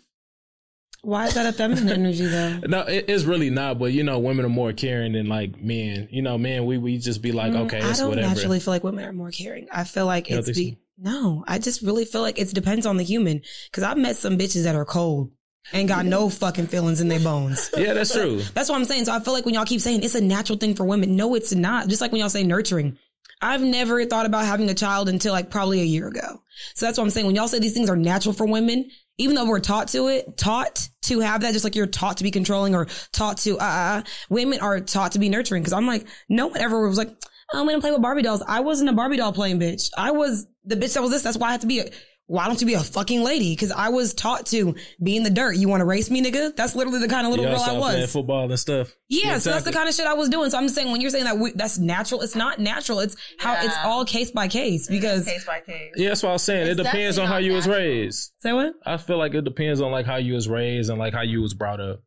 [SPEAKER 3] Why is that a feminine energy though?
[SPEAKER 4] No, it, it's really not. But you know, women are more caring than like men. You know, men, we we just be like,
[SPEAKER 3] Mm,
[SPEAKER 4] okay,
[SPEAKER 3] I
[SPEAKER 4] it's
[SPEAKER 3] don't
[SPEAKER 4] whatever.
[SPEAKER 3] naturally feel like women are more caring. I feel like
[SPEAKER 4] You don't
[SPEAKER 3] it's
[SPEAKER 4] think
[SPEAKER 3] be- no. I just really feel like it depends on the human. Because I've met some bitches that are cold and got no fucking feelings in their bones.
[SPEAKER 4] yeah, that's true.
[SPEAKER 3] That's what I'm saying. So I feel like when y'all keep saying it's a natural thing for women, no, it's not. Just like when y'all say nurturing. I've never thought about having a child until like probably a year ago. So that's what I'm saying. When y'all say these things are natural for women, even though we're taught to it, taught to have that, just like you're taught to be controlling or taught to, uh, uh, women are taught to be nurturing. Cause I'm like, no one ever was like, "Oh, I'm gonna play with Barbie dolls. I wasn't a Barbie doll playing bitch. I was the bitch that was this. That's why I had to be a, why don't you be a fucking lady? Cause I was taught to be in the dirt. You wanna race me, nigga? That's literally the kind of little
[SPEAKER 4] Y'all
[SPEAKER 3] girl I
[SPEAKER 4] start
[SPEAKER 3] was.
[SPEAKER 4] playing football and stuff.
[SPEAKER 3] Yeah, so that's the
[SPEAKER 4] exactly.
[SPEAKER 3] kind of shit I was doing. So I'm just saying, when you're saying that we, that's natural, it's not natural. It's how it's
[SPEAKER 2] Yeah.
[SPEAKER 3] all case by case because
[SPEAKER 2] Case by case.
[SPEAKER 4] Yeah, that's what I was saying.
[SPEAKER 2] It's
[SPEAKER 4] it depends
[SPEAKER 2] definitely
[SPEAKER 4] on how
[SPEAKER 2] not
[SPEAKER 4] you was
[SPEAKER 2] natural.
[SPEAKER 4] raised.
[SPEAKER 3] say what?
[SPEAKER 4] I feel like it depends on like how you was raised and like how you was brought up.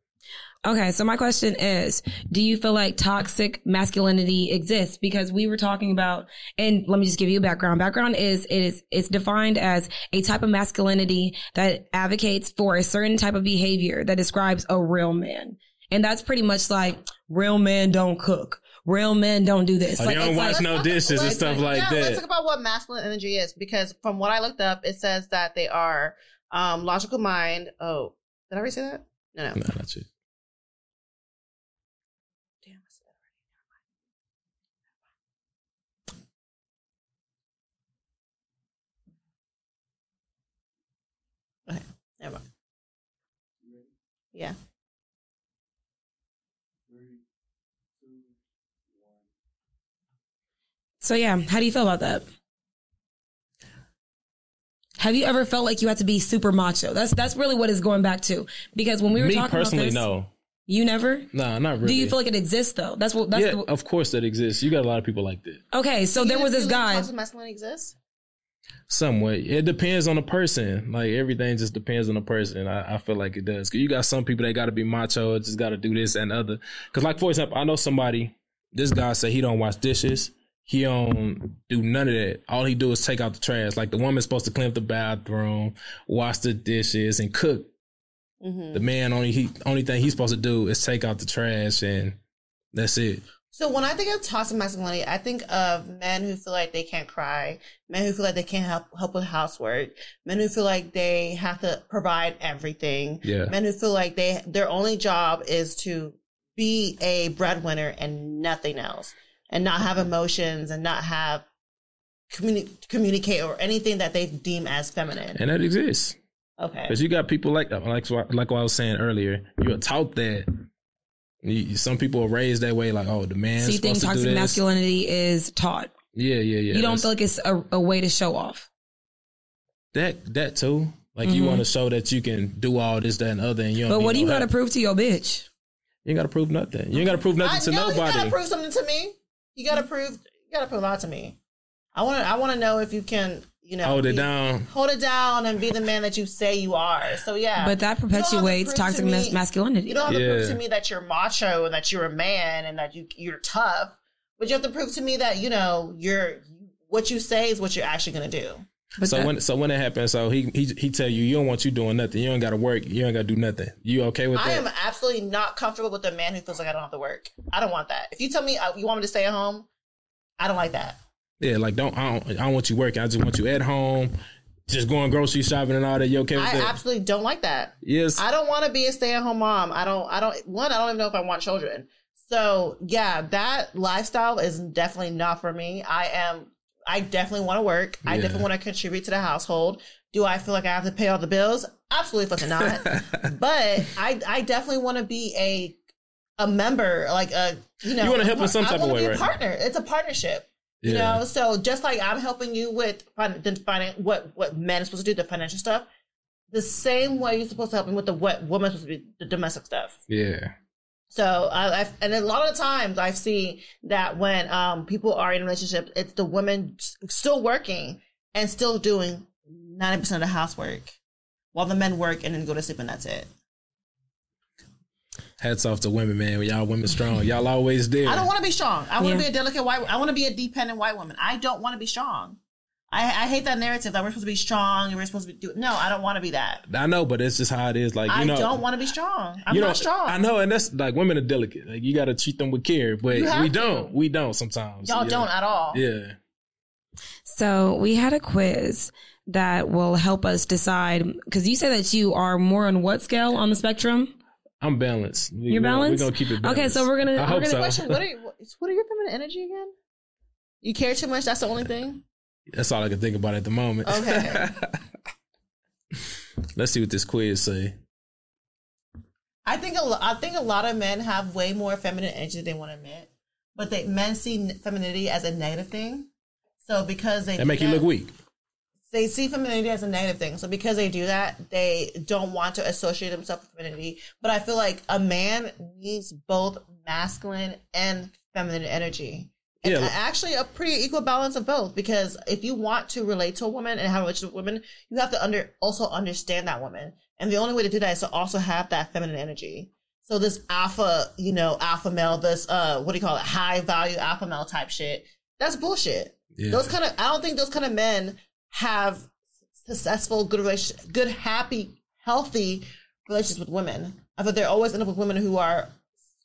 [SPEAKER 3] Okay, so my question is, do you feel like toxic masculinity exists? Because we were talking about, and let me just give you a background. Background is it is it's defined as a type of masculinity that advocates for a certain type of behavior that describes a real man, and that's pretty much like real men don't cook, real men don't do this.
[SPEAKER 4] Oh, they
[SPEAKER 3] Like,
[SPEAKER 4] don't
[SPEAKER 3] it's
[SPEAKER 4] wash
[SPEAKER 3] like,
[SPEAKER 4] There's no dishes and stuff like
[SPEAKER 2] yeah,
[SPEAKER 4] that.
[SPEAKER 2] Let's talk about what masculine energy is because from what I looked up, it says that they are um, logical mind. Oh, did I already say that? No, no.
[SPEAKER 4] No, not you.
[SPEAKER 2] Damn, I said that already. Never mind. Okay, never mind. Yeah.
[SPEAKER 3] So yeah, how do you feel about that? Have you ever felt like you had to be super macho? That's that's really what it's going back to. Because when we were
[SPEAKER 4] Me
[SPEAKER 3] talking about
[SPEAKER 4] personally,
[SPEAKER 3] this,
[SPEAKER 4] no,
[SPEAKER 3] you never.
[SPEAKER 4] no, not really.
[SPEAKER 3] Do you feel like it exists though? That's what. That's
[SPEAKER 4] yeah,
[SPEAKER 3] the,
[SPEAKER 4] of course that exists. You got a lot of people like that.
[SPEAKER 3] okay. So
[SPEAKER 2] You
[SPEAKER 3] there was
[SPEAKER 2] feel like
[SPEAKER 3] this guy.
[SPEAKER 2] Toxic masculine exists.
[SPEAKER 4] Somewhat. It depends on the person. Like everything just depends on the person. I, I feel like it does. 'Cause you got some people that got to be macho, just got to do this and other. Cause like for example, I know somebody. This guy said he don't wash dishes. He don't do none of that. All he do is take out the trash. Like the woman's supposed to clean up the bathroom, wash the dishes, and cook.
[SPEAKER 2] Mm-hmm.
[SPEAKER 4] The man only he only thing he's supposed to do is take out the trash and that's it.
[SPEAKER 2] So when I think of toxic masculinity, I think of men who feel like they can't cry, men who feel like they can't help help with housework, men who feel like they have to provide everything,
[SPEAKER 4] Yeah.
[SPEAKER 2] men who feel like they their only job is to be a breadwinner and nothing else, and not have emotions and not have communi- communicate or anything that they deem as feminine.
[SPEAKER 4] And that exists.
[SPEAKER 2] Okay.
[SPEAKER 4] Cause you got people like like like what I was saying earlier. You are taught that. You, some people are raised that way, like oh, the man's
[SPEAKER 3] So you think
[SPEAKER 4] supposed to
[SPEAKER 3] toxic
[SPEAKER 4] do this.
[SPEAKER 3] masculinity is taught?
[SPEAKER 4] Yeah, yeah, yeah.
[SPEAKER 3] you don't
[SPEAKER 4] That's-
[SPEAKER 3] feel like it's a, a way to show off.
[SPEAKER 4] that that too. Like you want to show that you can do all this, that, and other, and you.
[SPEAKER 3] Mm-hmm. But
[SPEAKER 4] Don't need
[SPEAKER 3] what do
[SPEAKER 4] no
[SPEAKER 3] you got to
[SPEAKER 4] help.
[SPEAKER 3] prove to your bitch?
[SPEAKER 4] You ain't got to prove nothing. You ain't got to prove nothing
[SPEAKER 2] I
[SPEAKER 4] to
[SPEAKER 2] know you gotta
[SPEAKER 4] nobody.
[SPEAKER 2] prove something to me. You gotta prove you gotta prove a lot to me. I wanna I wanna know if you can you know
[SPEAKER 4] Hold it
[SPEAKER 2] be-
[SPEAKER 4] down.
[SPEAKER 2] hold it down and be the man that you say you are. So yeah,
[SPEAKER 3] But that
[SPEAKER 2] You don't have to
[SPEAKER 3] perpetuates
[SPEAKER 2] prove to
[SPEAKER 3] toxic
[SPEAKER 2] me-
[SPEAKER 3] mas- masculinity.
[SPEAKER 2] You don't have to prove
[SPEAKER 4] Yeah.
[SPEAKER 2] to me that you're macho and that you're a man and that you you're tough. But you have to prove to me that you know you're what you say is what you're actually gonna do.
[SPEAKER 3] But
[SPEAKER 4] So
[SPEAKER 3] that-
[SPEAKER 4] when so when it happens, so he he he tell you you don't want you doing nothing. You don't got to work. You ain't got to do nothing. You okay with
[SPEAKER 2] I
[SPEAKER 4] that?
[SPEAKER 2] am absolutely not comfortable with a man who feels like I don't have to work. I don't want that. If you tell me uh, you want me to stay at home, I don't like that.
[SPEAKER 4] yeah, like don't I, don't I don't want you working. I just want you at home, just going grocery shopping and all that. You okay with
[SPEAKER 2] I
[SPEAKER 4] that?
[SPEAKER 2] absolutely don't like that.
[SPEAKER 4] yes.
[SPEAKER 2] I don't want to be a stay-at-home mom. I don't. I don't. One, I don't even know if I want children. So yeah, that lifestyle is definitely not for me. I am. I definitely want to work. I
[SPEAKER 4] Yeah.
[SPEAKER 2] definitely want to contribute to the household. Do I feel like I have to pay all the bills? Absolutely fucking not. but I, I definitely want to be a, a member, like a, you know,
[SPEAKER 4] You wanna help in
[SPEAKER 2] a-
[SPEAKER 4] some
[SPEAKER 2] I
[SPEAKER 4] type of
[SPEAKER 2] wanna
[SPEAKER 4] way,
[SPEAKER 2] be a
[SPEAKER 4] right?
[SPEAKER 2] Partner. It's a partnership. You
[SPEAKER 4] Yeah.
[SPEAKER 2] know, so just like I'm helping you with fin- the finan- what what men are supposed to do, the financial stuff, the same way you're supposed to help him with the what woman's supposed to be the domestic stuff.
[SPEAKER 4] Yeah.
[SPEAKER 2] So I, I've, and a lot of the times I see that when um, people are in relationships, it's the women s- still working and still doing 90% of the housework while the men work and then go to sleep and that's it.
[SPEAKER 4] Hats off to women, man. Y'all women strong. Y'all always there.
[SPEAKER 2] I don't want to be strong. I want
[SPEAKER 3] Yeah.
[SPEAKER 2] to be a delicate white. I want to be a dependent white woman. I don't want to be strong. I, I hate that narrative that we're supposed to be strong and we're supposed to do. No, I don't want to be that.
[SPEAKER 4] I know, but it's just how it is. Like you
[SPEAKER 2] I
[SPEAKER 4] know,
[SPEAKER 2] don't want to be strong. I'm
[SPEAKER 4] you know,
[SPEAKER 2] not strong.
[SPEAKER 4] I know, and that's like women are delicate. Like you got to treat them with care, but
[SPEAKER 2] You have
[SPEAKER 4] we
[SPEAKER 2] to.
[SPEAKER 4] don't. We don't sometimes.
[SPEAKER 2] Y'all
[SPEAKER 4] yeah.
[SPEAKER 2] don't at all.
[SPEAKER 4] Yeah.
[SPEAKER 3] So we had a quiz that will help us decide because you said that you are more on what scale on the spectrum?
[SPEAKER 4] I'm balanced. We,
[SPEAKER 3] You're
[SPEAKER 4] we-
[SPEAKER 3] balanced?
[SPEAKER 4] We're gonna keep it.
[SPEAKER 3] Okay,
[SPEAKER 4] Balanced.
[SPEAKER 3] so we're gonna-
[SPEAKER 4] I
[SPEAKER 3] we're
[SPEAKER 4] hope
[SPEAKER 3] gonna
[SPEAKER 4] so.
[SPEAKER 2] Question: What are you, what's- what are your feminine energy again? You care too much. That's the only thing.
[SPEAKER 4] That's all I can think about at the moment.
[SPEAKER 2] Okay.
[SPEAKER 4] Let's see what this quiz say.
[SPEAKER 2] I think a lo- I think a lot of men have way more feminine energy than they want to admit, but they men see n- femininity as a negative thing. So because they
[SPEAKER 4] That make you look weak.
[SPEAKER 2] they see femininity as a negative thing. So because they do that, they don't want to associate themselves with femininity. But I feel like a man needs both masculine and feminine energy. And
[SPEAKER 4] Yeah.
[SPEAKER 2] a- actually a pretty equal balance of both because if you want to relate to a woman and have a relationship with women, you have to under also understand that woman. And the only way to do that is to also have that feminine energy. So this alpha, you know, alpha male, this uh what do you call it? High value alpha male type shit. That's bullshit.
[SPEAKER 4] Yeah.
[SPEAKER 2] Those kind of I don't think those kind of men have successful, good relationship, good, happy, healthy relationships with women. I thought they're always end up with women who are,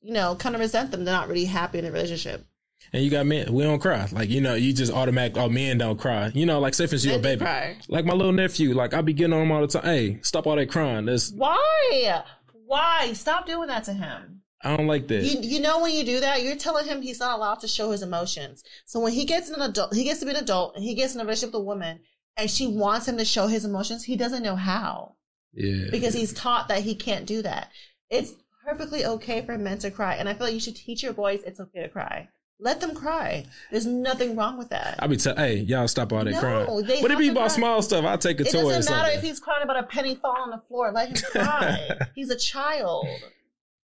[SPEAKER 2] you know, kind of resent them. They're not really happy in a relationship.
[SPEAKER 4] and you got men. We don't cry. Like you know, you just automatic. Oh, men don't cry. You know, like say for instance, you a
[SPEAKER 2] Men do
[SPEAKER 4] baby.
[SPEAKER 2] cry.
[SPEAKER 4] Like my little nephew. Like I be getting on him all the time. Hey, stop all that crying. That's
[SPEAKER 2] Why? Why? Stop doing that to him.
[SPEAKER 4] I don't like that.
[SPEAKER 2] You, you know when you do that, you're telling him he's not allowed to show his emotions. So when he gets an adult, he gets to be an adult, and he gets in a relationship with a woman, and she wants him to show his emotions. He doesn't know how.
[SPEAKER 4] yeah.
[SPEAKER 2] because he's taught that he can't do that. It's perfectly okay for men to cry, and I feel like you should teach your boys it's okay to cry. Let them cry. There's nothing wrong with that.
[SPEAKER 4] I be tell, hey, y'all stop all that
[SPEAKER 2] No, they
[SPEAKER 4] crying. But it
[SPEAKER 2] have
[SPEAKER 4] be
[SPEAKER 2] to cry.
[SPEAKER 4] about small stuff. I'll take a
[SPEAKER 2] It
[SPEAKER 4] toy or
[SPEAKER 2] doesn't matter
[SPEAKER 4] something.
[SPEAKER 2] if he's crying about a penny falling on the floor. Let him cry. he's a child.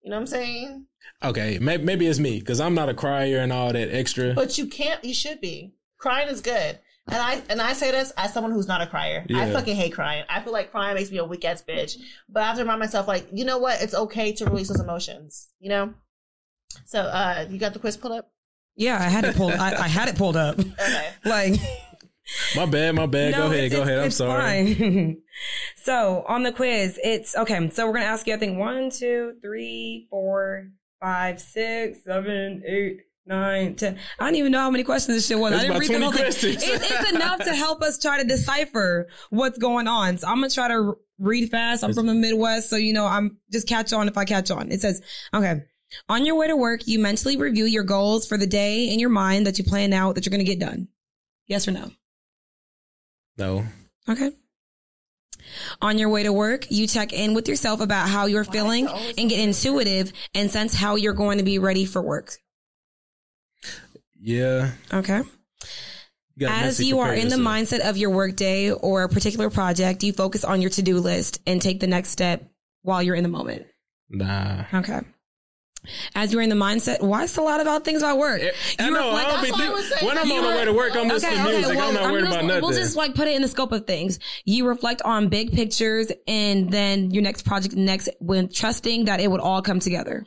[SPEAKER 2] You know what I'm saying?
[SPEAKER 4] okay, maybe, maybe it's me because I'm not a crier and all that extra.
[SPEAKER 2] But you can't. You should be crying is good. And I and I say this as someone who's not a crier. I
[SPEAKER 4] Yeah.
[SPEAKER 2] fucking hate crying. I feel like crying makes me a weak ass bitch. But I have to remind myself, like, you know what? It's okay to release those emotions. You know. So uh you got the quiz pulled up.
[SPEAKER 3] Yeah, I had it pulled. I, I had it pulled up.
[SPEAKER 2] Okay.
[SPEAKER 3] Like
[SPEAKER 4] my bad, my bad. go ahead, go ahead. I'm sorry.
[SPEAKER 3] Fine. so on the quiz, it's okay. So we're gonna ask you. I think one, two, three, four, five, six, seven, eight, nine, ten. I don't even know how many questions this shit was.
[SPEAKER 4] It's
[SPEAKER 3] I didn't
[SPEAKER 4] about
[SPEAKER 3] read the
[SPEAKER 4] 20
[SPEAKER 3] whole thing. It's,
[SPEAKER 4] questions.
[SPEAKER 3] it's enough to help us try to decipher what's going on. So I'm gonna try to r- read fast. I'm from the Midwest, so you know I'm just catch on if I catch on. It says, okay. On your way to work, you mentally review your goals for the day in your mind that you plan out that you're going to get done. Yes or no?
[SPEAKER 4] No,
[SPEAKER 3] Okay. On your way to work, you check in with yourself about how you're feeling and get intuitive and sense how you're going to be ready for work.
[SPEAKER 4] yeah.
[SPEAKER 3] Okay.
[SPEAKER 4] You gotta
[SPEAKER 3] As
[SPEAKER 4] mentally
[SPEAKER 3] you are
[SPEAKER 4] prepare
[SPEAKER 3] in the
[SPEAKER 4] yourself.
[SPEAKER 3] mindset of your workday or a particular project, you focus on your to do list and take the next step while you're in the moment.
[SPEAKER 4] Nah.
[SPEAKER 3] Okay. As you're in the mindset, why is a lot about things about work?
[SPEAKER 4] Eh, I
[SPEAKER 3] You
[SPEAKER 4] know.
[SPEAKER 3] reflect-
[SPEAKER 4] I don't be
[SPEAKER 2] That's why I was
[SPEAKER 4] think,
[SPEAKER 2] saying
[SPEAKER 4] when I'm
[SPEAKER 2] you
[SPEAKER 4] on the
[SPEAKER 2] were-
[SPEAKER 4] way to work, I'm listening to music. I'm not
[SPEAKER 3] I'm
[SPEAKER 4] worried
[SPEAKER 3] just-
[SPEAKER 4] about nothing.
[SPEAKER 3] We'll just like put it in the scope of things. You reflect on big pictures and then your next project next when trusting that it would all come together.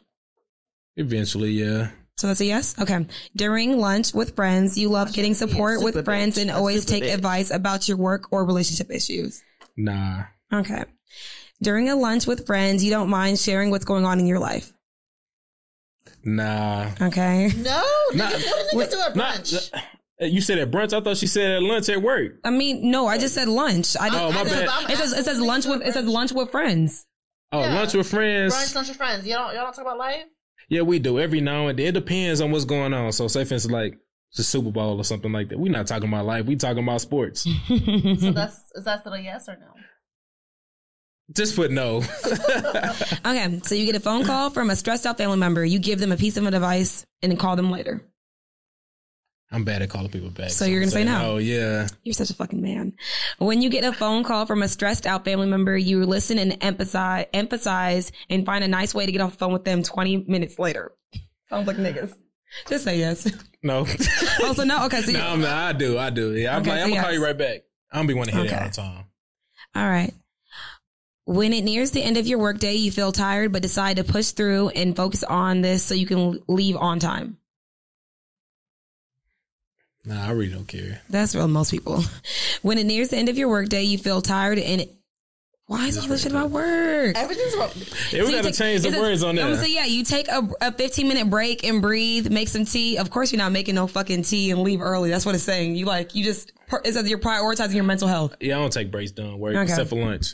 [SPEAKER 4] Eventually, yeah.
[SPEAKER 3] So that's a yes. Okay. During lunch with friends, you love getting support
[SPEAKER 2] super
[SPEAKER 3] with friends
[SPEAKER 2] bitch.
[SPEAKER 3] and
[SPEAKER 2] A
[SPEAKER 3] always
[SPEAKER 2] super
[SPEAKER 3] take
[SPEAKER 2] bitch.
[SPEAKER 3] advice about your work or relationship issues.
[SPEAKER 4] Nah.
[SPEAKER 3] Okay. During a lunch with friends, you don't mind sharing what's going on in your life.
[SPEAKER 4] Nah.
[SPEAKER 3] Okay.
[SPEAKER 2] No,
[SPEAKER 4] Nah. oh,
[SPEAKER 2] niggas, what do niggas do at
[SPEAKER 4] Not, eh,
[SPEAKER 2] brunch?
[SPEAKER 4] you said at brunch? I thought she said at lunch at work.
[SPEAKER 3] I mean, no, I just said lunch. I
[SPEAKER 4] Oh,
[SPEAKER 3] didn't.
[SPEAKER 4] my
[SPEAKER 2] I know,
[SPEAKER 4] bad.
[SPEAKER 2] but I'm
[SPEAKER 3] it says it
[SPEAKER 2] asking
[SPEAKER 3] says
[SPEAKER 2] what
[SPEAKER 3] lunch
[SPEAKER 2] niggas do
[SPEAKER 3] with
[SPEAKER 2] at
[SPEAKER 3] it says
[SPEAKER 2] brunch.
[SPEAKER 3] lunch with friends.
[SPEAKER 4] Oh,
[SPEAKER 2] Yeah.
[SPEAKER 4] lunch with friends.
[SPEAKER 2] Brunch, lunch with friends. Y'all don't, y'all don't talk about life.
[SPEAKER 4] Yeah, we do every now and then. It depends on what's going on. So, say for instance, like the Super Bowl or something like that. We're not talking about life. We talking about sports. Hmm.
[SPEAKER 2] So that's is that still a yes or no?
[SPEAKER 4] Just put no.
[SPEAKER 3] Okay, so you get a phone call from a stressed out family member. You give them a piece of advice and then call them later.
[SPEAKER 4] I'm bad at calling people back.
[SPEAKER 3] So you're gonna
[SPEAKER 4] I'm
[SPEAKER 3] say
[SPEAKER 4] saying,
[SPEAKER 3] no.
[SPEAKER 4] Oh yeah.
[SPEAKER 3] You're such a fucking man. When you get a phone call from a stressed out family member, you listen and emphasize, emphasize, and find a nice way to get off the phone with them 20 minutes later. Sounds like niggas. Just say yes.
[SPEAKER 4] No.
[SPEAKER 3] Also, no. Okay, so
[SPEAKER 4] no, I'm not, I do. I do. Yeah, I'm
[SPEAKER 3] Okay,
[SPEAKER 4] like,
[SPEAKER 3] so
[SPEAKER 4] I'm gonna call
[SPEAKER 3] yes.
[SPEAKER 4] you right back. I'm gonna be wanting to hit it
[SPEAKER 3] Okay.
[SPEAKER 4] all the time.
[SPEAKER 3] All right. When it nears the end of your workday, you feel tired, but decide to push through and focus on this so you can leave on time.
[SPEAKER 4] Nah, I really don't care.
[SPEAKER 3] That's real most people. When it nears the end of your workday, you feel tired and it, why is all this shit about work?
[SPEAKER 2] Everything's wrong.
[SPEAKER 4] Yeah, we
[SPEAKER 3] So you
[SPEAKER 4] gotta
[SPEAKER 3] take-
[SPEAKER 4] change the
[SPEAKER 3] it's a-
[SPEAKER 4] words on
[SPEAKER 3] I'm
[SPEAKER 4] that.
[SPEAKER 3] gonna say, yeah, you take a, a 15 minute break and breathe, make some tea. Of course, you're not making no fucking tea and leave early. That's what it's saying. You like, you just, it's that you're prioritizing your mental health.
[SPEAKER 4] Yeah, I don't take breaks during work
[SPEAKER 3] Okay.
[SPEAKER 4] except for lunch.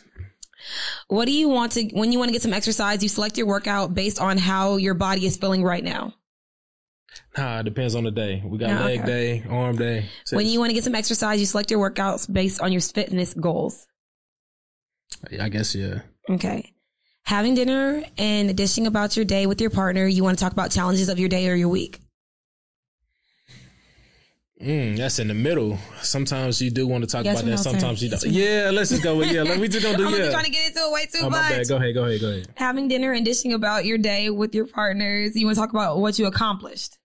[SPEAKER 3] What do you want to, when you want to get some exercise, you select your workout based on how your body is feeling right now.
[SPEAKER 4] Nah, it depends on the day. We got
[SPEAKER 3] Yeah,
[SPEAKER 4] leg day, arm day.
[SPEAKER 3] When you want to get some exercise, you select your workouts based on your fitness goals.
[SPEAKER 4] I guess yeah.
[SPEAKER 3] Okay. Having dinner and dishing about your day with your partner, you want to talk about challenges of your day or your week.
[SPEAKER 4] Mm, that's in the middle. Sometimes you do want to talk
[SPEAKER 3] Yes
[SPEAKER 4] about
[SPEAKER 3] or
[SPEAKER 4] that.
[SPEAKER 3] no, sir?
[SPEAKER 4] Sometimes you
[SPEAKER 3] Yes
[SPEAKER 4] don't. Yeah, let's just go with yeah. Let, we just gonna do
[SPEAKER 3] I'm
[SPEAKER 4] yeah.
[SPEAKER 3] gonna be trying to get into it way too
[SPEAKER 4] oh my
[SPEAKER 3] much.
[SPEAKER 4] bad. Go ahead. Go ahead. Go ahead.
[SPEAKER 3] Having dinner and dishing about your day with your partners, you want to talk about what you accomplished.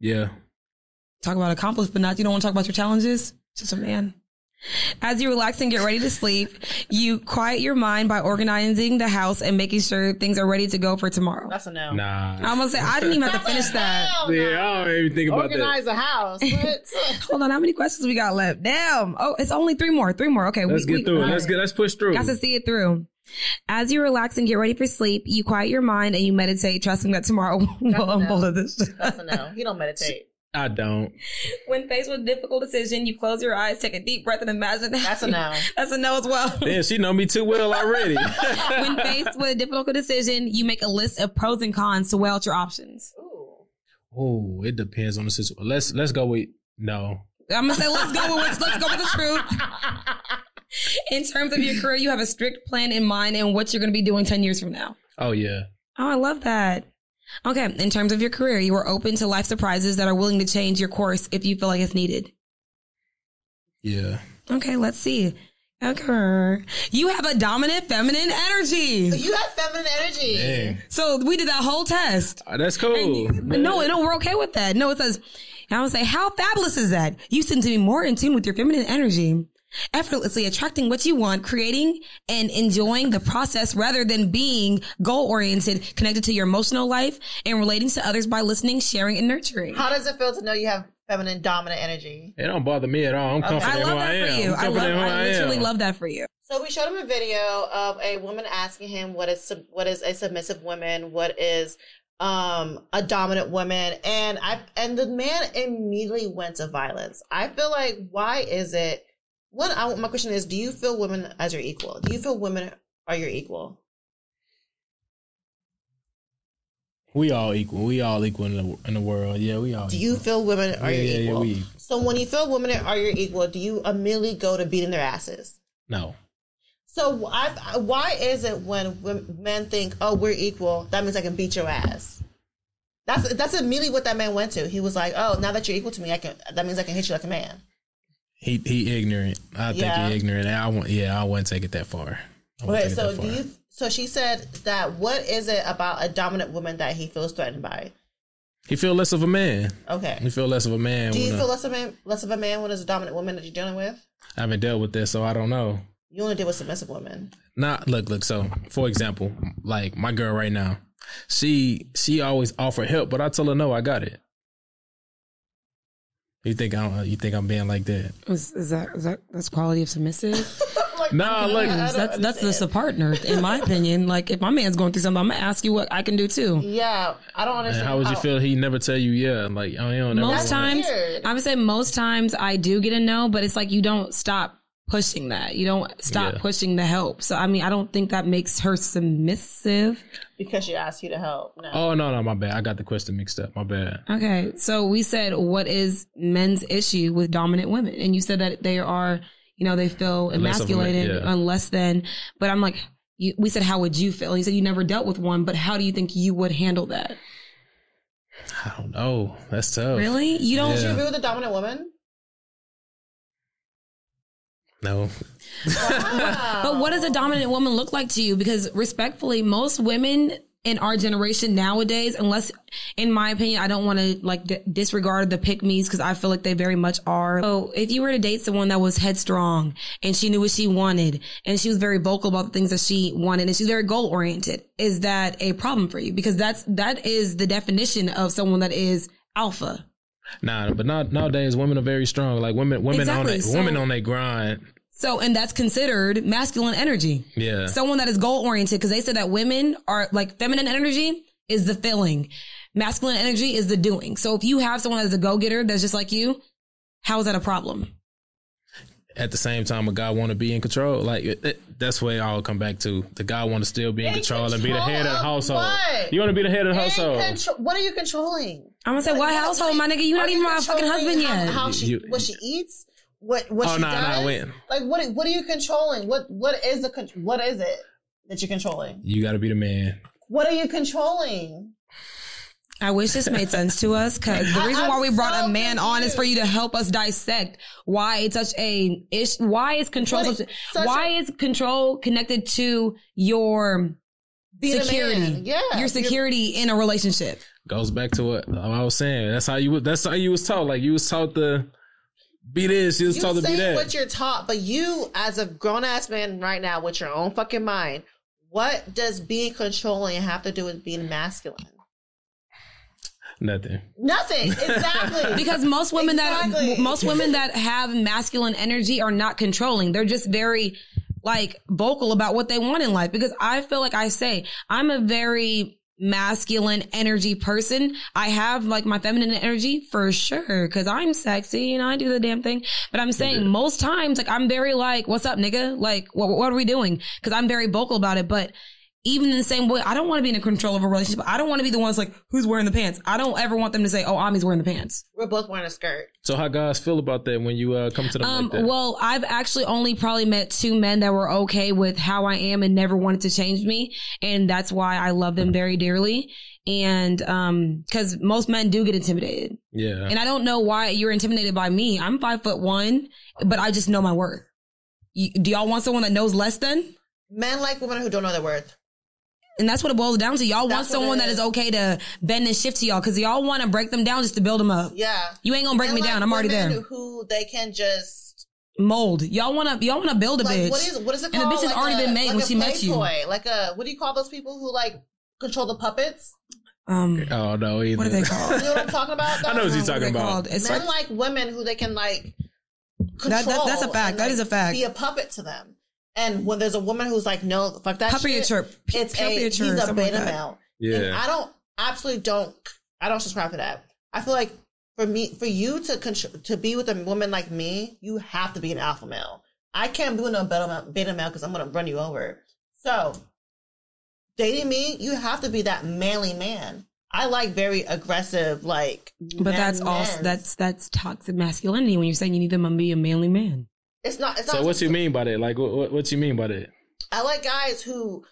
[SPEAKER 4] Yeah.
[SPEAKER 3] Talk about accomplished, but not you don't want to talk about your challenges. Such a man. As you relax and get ready to sleep, you quiet your mind by organizing the house and making sure things are ready to go for tomorrow.
[SPEAKER 2] That's a no.
[SPEAKER 3] I
[SPEAKER 4] Nah.
[SPEAKER 3] almost said I didn't even have to finish that.
[SPEAKER 2] Hell no.
[SPEAKER 4] Yeah, I don't even think about that.
[SPEAKER 2] Organize a house. What?
[SPEAKER 3] Hold on, how many questions we got left? Damn. Oh, it's only three more. Three more. Okay,
[SPEAKER 4] Let's
[SPEAKER 3] we,
[SPEAKER 4] get through it.
[SPEAKER 3] we
[SPEAKER 4] Let's get. Let's push through.
[SPEAKER 3] got to see it through. As you relax and get ready for sleep, you quiet your mind and you meditate, trusting that tomorrow will unfold of this.
[SPEAKER 2] That's a no. He don't meditate.
[SPEAKER 4] I don't.
[SPEAKER 3] When faced with a difficult decision, you close your eyes, take a deep breath, and imagine that.
[SPEAKER 2] That's a no.
[SPEAKER 3] That's a no as well.
[SPEAKER 4] Damn, she know me too well already.
[SPEAKER 3] when faced with a difficult decision, you make a list of pros and cons to weigh out your options.
[SPEAKER 2] Ooh.
[SPEAKER 4] oh, it depends on the situation. Let's let's go with no.
[SPEAKER 3] I'm gonna say let's go with let's go with the truth. In terms of your career, you have a strict plan in mind and what you're going to be doing 10 years from now.
[SPEAKER 4] Oh yeah.
[SPEAKER 3] Oh, I love that. Okay. In terms of your career, you are open to life surprises that are willing to change your course if you feel like it's needed.
[SPEAKER 4] Yeah.
[SPEAKER 3] Okay. Let's see. Okay. You have a dominant feminine energy.
[SPEAKER 2] You have feminine energy.
[SPEAKER 4] Dang.
[SPEAKER 3] So we did that whole test.
[SPEAKER 4] Ah, That's cool.
[SPEAKER 3] But no, no, we're okay with that. No, it says, I would say, how fabulous is that? You seem to be more in tune with your feminine energy, effortlessly attracting what you want, creating and enjoying the process rather than being goal oriented, connected to your emotional life and relating to others by listening, sharing, and nurturing.
[SPEAKER 2] How does it feel to know you have feminine dominant energy?
[SPEAKER 4] It don't bother me at all. I'm
[SPEAKER 2] Okay.
[SPEAKER 4] confident
[SPEAKER 3] I
[SPEAKER 4] in who
[SPEAKER 3] love
[SPEAKER 4] I
[SPEAKER 3] that
[SPEAKER 4] am.
[SPEAKER 3] for you.
[SPEAKER 4] I'm
[SPEAKER 3] I love,
[SPEAKER 4] confident in who
[SPEAKER 3] I
[SPEAKER 4] am.
[SPEAKER 3] literally love that for you.
[SPEAKER 2] So we showed him a video of a woman asking him what is sub- what is a submissive woman, what is um a dominant woman, and I and the man immediately went to violence. I feel like why is it? What I, my question is: Do you feel women as your equal? Do you feel women are your equal?
[SPEAKER 4] We all equal. We all equal in the in the world. Yeah, we all.
[SPEAKER 2] Do
[SPEAKER 4] equal.
[SPEAKER 2] you feel women are
[SPEAKER 4] Yeah,
[SPEAKER 2] your
[SPEAKER 4] yeah, yeah,
[SPEAKER 2] equal?
[SPEAKER 4] we equal.
[SPEAKER 2] So when you feel women are your equal, do you immediately go to beating their asses?
[SPEAKER 4] No.
[SPEAKER 2] So I, why is it when when men think, "Oh, we're equal," that means I can beat your ass? That's that's immediately what that man went to. He was like, "Oh, now that you're equal to me, I can. That means I can hit you like a man."
[SPEAKER 4] He he ignorant. I think
[SPEAKER 2] Yeah.
[SPEAKER 4] he ignorant. I want yeah, I wouldn't take it that far. I wouldn't
[SPEAKER 2] Okay,
[SPEAKER 4] take it
[SPEAKER 2] so
[SPEAKER 4] that
[SPEAKER 2] do
[SPEAKER 4] far.
[SPEAKER 2] you? So she said that. What is it about a dominant woman that he feels threatened by?
[SPEAKER 4] He feel less of a man. He
[SPEAKER 2] Okay.
[SPEAKER 4] feel less of a man
[SPEAKER 2] Do you
[SPEAKER 4] when, uh,
[SPEAKER 2] feel less of a man, less of a man when it's a dominant woman that you're dealing with?
[SPEAKER 4] I haven't dealt with this, so I don't know.
[SPEAKER 2] You only deal with submissive women.
[SPEAKER 4] Not look, look, so for example, like my girl right now, she she always offer help, but I tell her no, I got it. You think I'm you think I'm being like that?
[SPEAKER 3] Is, is that is that that's quality of submissive?
[SPEAKER 2] like,
[SPEAKER 4] Nah, look,
[SPEAKER 2] I don't
[SPEAKER 3] that's that's just a
[SPEAKER 2] understand.
[SPEAKER 3] partner, in my opinion. Like if my man's going through something, I'm gonna ask you what I can do too.
[SPEAKER 2] Yeah, I don't
[SPEAKER 4] and
[SPEAKER 2] understand.
[SPEAKER 4] how would you feel? He never tell you yeah, like I don't know.
[SPEAKER 3] most
[SPEAKER 2] That's
[SPEAKER 3] times
[SPEAKER 2] weird.
[SPEAKER 3] i would say most times i do get a no but it's like you don't stop pushing that you don't stop
[SPEAKER 4] Yeah.
[SPEAKER 3] pushing the help so i mean i don't think that makes her submissive
[SPEAKER 2] Because she asked you to help. No.
[SPEAKER 4] Oh no, no, my bad. I got the question mixed up. My bad.
[SPEAKER 3] okay so we said what is men's issue with dominant women and you said that they are you know they feel
[SPEAKER 4] Unless of a man,
[SPEAKER 3] emasculated
[SPEAKER 4] yeah.
[SPEAKER 3] unless then but i'm like you, we said how would you feel and you said you never dealt with one but how do you think you would handle that
[SPEAKER 4] I don't know. That's tough.
[SPEAKER 3] Really? You don't?
[SPEAKER 2] Do you
[SPEAKER 4] Oh. Yeah.
[SPEAKER 2] agree with the dominant woman?
[SPEAKER 4] No.
[SPEAKER 3] But what does a dominant woman look like to you? Because respectfully, most women in our generation nowadays, unless, in my opinion, I don't want to like d- disregard the pick me's because I feel like they very much are. So if you were to date someone that was headstrong and she knew what she wanted and she was very vocal about the things that she wanted and she's very goal oriented, is that a problem for you? Because that's, that is the definition of someone that is alpha.
[SPEAKER 4] Nah, but not nowadays women are very strong. Like women women on
[SPEAKER 3] Exactly,
[SPEAKER 4] that
[SPEAKER 3] so-
[SPEAKER 4] women on their grind.
[SPEAKER 3] So, and that's considered masculine energy.
[SPEAKER 4] Yeah.
[SPEAKER 3] someone that is goal oriented because they said that women are like feminine energy is the feeling, masculine energy is the doing. So if you have someone that's a go getter that's just like you, how is that a problem?
[SPEAKER 4] At the same time, a guy want to be in control. Like it- it- that's where it all come back to. The guy want to still be in,
[SPEAKER 2] In
[SPEAKER 4] control, and be the head of the
[SPEAKER 2] control of
[SPEAKER 4] household.
[SPEAKER 2] what?
[SPEAKER 4] You want to be the head of the household.
[SPEAKER 2] In contro- what are you controlling?
[SPEAKER 3] I'm gonna say, what household, my nigga? You're
[SPEAKER 2] Are
[SPEAKER 3] not
[SPEAKER 2] you
[SPEAKER 3] even my fucking husband
[SPEAKER 2] controlling how,
[SPEAKER 3] yet.
[SPEAKER 2] How she,
[SPEAKER 4] You-
[SPEAKER 2] what she eats, what what
[SPEAKER 4] Oh,
[SPEAKER 2] she
[SPEAKER 4] nah, nah,
[SPEAKER 2] does.
[SPEAKER 4] wait.
[SPEAKER 2] Like what what are you controlling? What what is the con- what is it that you're controlling?
[SPEAKER 4] You got to be the man.
[SPEAKER 2] What are you controlling?
[SPEAKER 3] I wish this made sense to us because the
[SPEAKER 2] I-
[SPEAKER 3] reason why
[SPEAKER 2] I'm
[SPEAKER 3] we brought
[SPEAKER 2] so
[SPEAKER 3] a man on is for you to help us dissect why it's such a ish, why is control,
[SPEAKER 2] What is
[SPEAKER 3] such,
[SPEAKER 2] such
[SPEAKER 3] why
[SPEAKER 2] a-
[SPEAKER 3] is control connected to your
[SPEAKER 2] Be the
[SPEAKER 3] security,
[SPEAKER 2] man. Yeah.
[SPEAKER 3] your security in a relationship.
[SPEAKER 4] Goes back to what I was saying. That's how you. was- That's how you was taught. Like you was taught to be this. You was
[SPEAKER 2] You
[SPEAKER 4] taught to be
[SPEAKER 2] say
[SPEAKER 4] that.
[SPEAKER 2] what you're taught, but you, as a grown ass man right now, with your own fucking mind, what does being controlling have to do with being masculine?
[SPEAKER 4] Nothing.
[SPEAKER 2] Nothing, exactly.
[SPEAKER 3] because most women
[SPEAKER 2] Exactly.
[SPEAKER 3] that most women that have masculine energy are not controlling. They're just very like vocal about what they want in life because I feel like I say I'm a very masculine energy person. I have like my feminine energy for sure cuz I'm sexy, you know, I do the damn thing. But I'm saying most times like I'm very like what's up nigga? Like what what are we doing? Cuz I'm very vocal about it, but even in the same way, I don't want to be in the control of a relationship. I don't want to be the ones like, who's wearing the pants? I don't ever want them to say, oh, Ami's wearing the pants.
[SPEAKER 2] We're both wearing a skirt.
[SPEAKER 4] So how guys feel about that when you uh, come to them
[SPEAKER 3] Um,
[SPEAKER 4] like that?
[SPEAKER 3] well, I've actually only probably met two men that were okay with how I am and never wanted to change me. And that's why I love them very dearly. And, um, cause most men do get intimidated
[SPEAKER 4] yeah.
[SPEAKER 3] and I don't know why you're intimidated by me. I'm five foot one, but I just know my worth. You, do y'all want someone that knows less than?
[SPEAKER 2] Men like women who don't know their worth.
[SPEAKER 3] And that's what it boils down to. Y'all want
[SPEAKER 2] That's what
[SPEAKER 3] someone
[SPEAKER 2] it
[SPEAKER 3] that is
[SPEAKER 2] is.
[SPEAKER 3] okay to bend and shift to y'all cause y'all want to break them down just to build them up.
[SPEAKER 2] Yeah.
[SPEAKER 3] You ain't gonna break
[SPEAKER 2] Men
[SPEAKER 3] me
[SPEAKER 2] like
[SPEAKER 3] down. I'm already
[SPEAKER 2] women
[SPEAKER 3] there.
[SPEAKER 2] Who they can just
[SPEAKER 3] Mold. Y'all wanna, y'all wanna build a
[SPEAKER 2] like
[SPEAKER 3] bitch.
[SPEAKER 2] what is what is it
[SPEAKER 3] And
[SPEAKER 2] called?
[SPEAKER 3] the bitch has
[SPEAKER 2] Like
[SPEAKER 3] already
[SPEAKER 2] a-
[SPEAKER 3] been made
[SPEAKER 2] like
[SPEAKER 3] when
[SPEAKER 2] a
[SPEAKER 3] she met you.
[SPEAKER 2] playtoy. Like a what do you call those people who like control the puppets?
[SPEAKER 3] Um,
[SPEAKER 4] oh no. Either.
[SPEAKER 3] what are they called?
[SPEAKER 2] You know what I'm talking about?
[SPEAKER 4] I know
[SPEAKER 2] Dog?
[SPEAKER 4] what
[SPEAKER 3] What
[SPEAKER 4] you're
[SPEAKER 3] are
[SPEAKER 4] talking
[SPEAKER 3] they
[SPEAKER 4] about.
[SPEAKER 3] called? It's
[SPEAKER 2] men like
[SPEAKER 3] like-
[SPEAKER 2] women who they can like control.
[SPEAKER 3] That- that's- that's a fact.
[SPEAKER 2] and,
[SPEAKER 3] That
[SPEAKER 2] like,
[SPEAKER 3] is a fact.
[SPEAKER 2] Be a puppet to them. And when there's a woman who's like, no, fuck that.
[SPEAKER 3] Puppy
[SPEAKER 2] shit,
[SPEAKER 3] or chirp.
[SPEAKER 2] It's
[SPEAKER 3] Puppy
[SPEAKER 2] a,
[SPEAKER 3] or
[SPEAKER 2] he's
[SPEAKER 3] chirp,
[SPEAKER 2] a
[SPEAKER 3] something like
[SPEAKER 2] beta
[SPEAKER 3] that.
[SPEAKER 2] male. And
[SPEAKER 4] Yeah.
[SPEAKER 2] I don't absolutely don't. I don't subscribe to that. I feel like for me, for you to control, to be with a woman like me, you have to be an alpha male. I can't be with no beta male- beta male because I'm gonna run you over. So dating me, you have to be that manly man. I like very aggressive, like.
[SPEAKER 3] But that's also that's that's toxic masculinity when you're saying you need them to be a manly man.
[SPEAKER 2] it's not. It's
[SPEAKER 4] so
[SPEAKER 2] not.
[SPEAKER 4] what you mean by that? Like what, what, what you mean by that?
[SPEAKER 2] I like guys who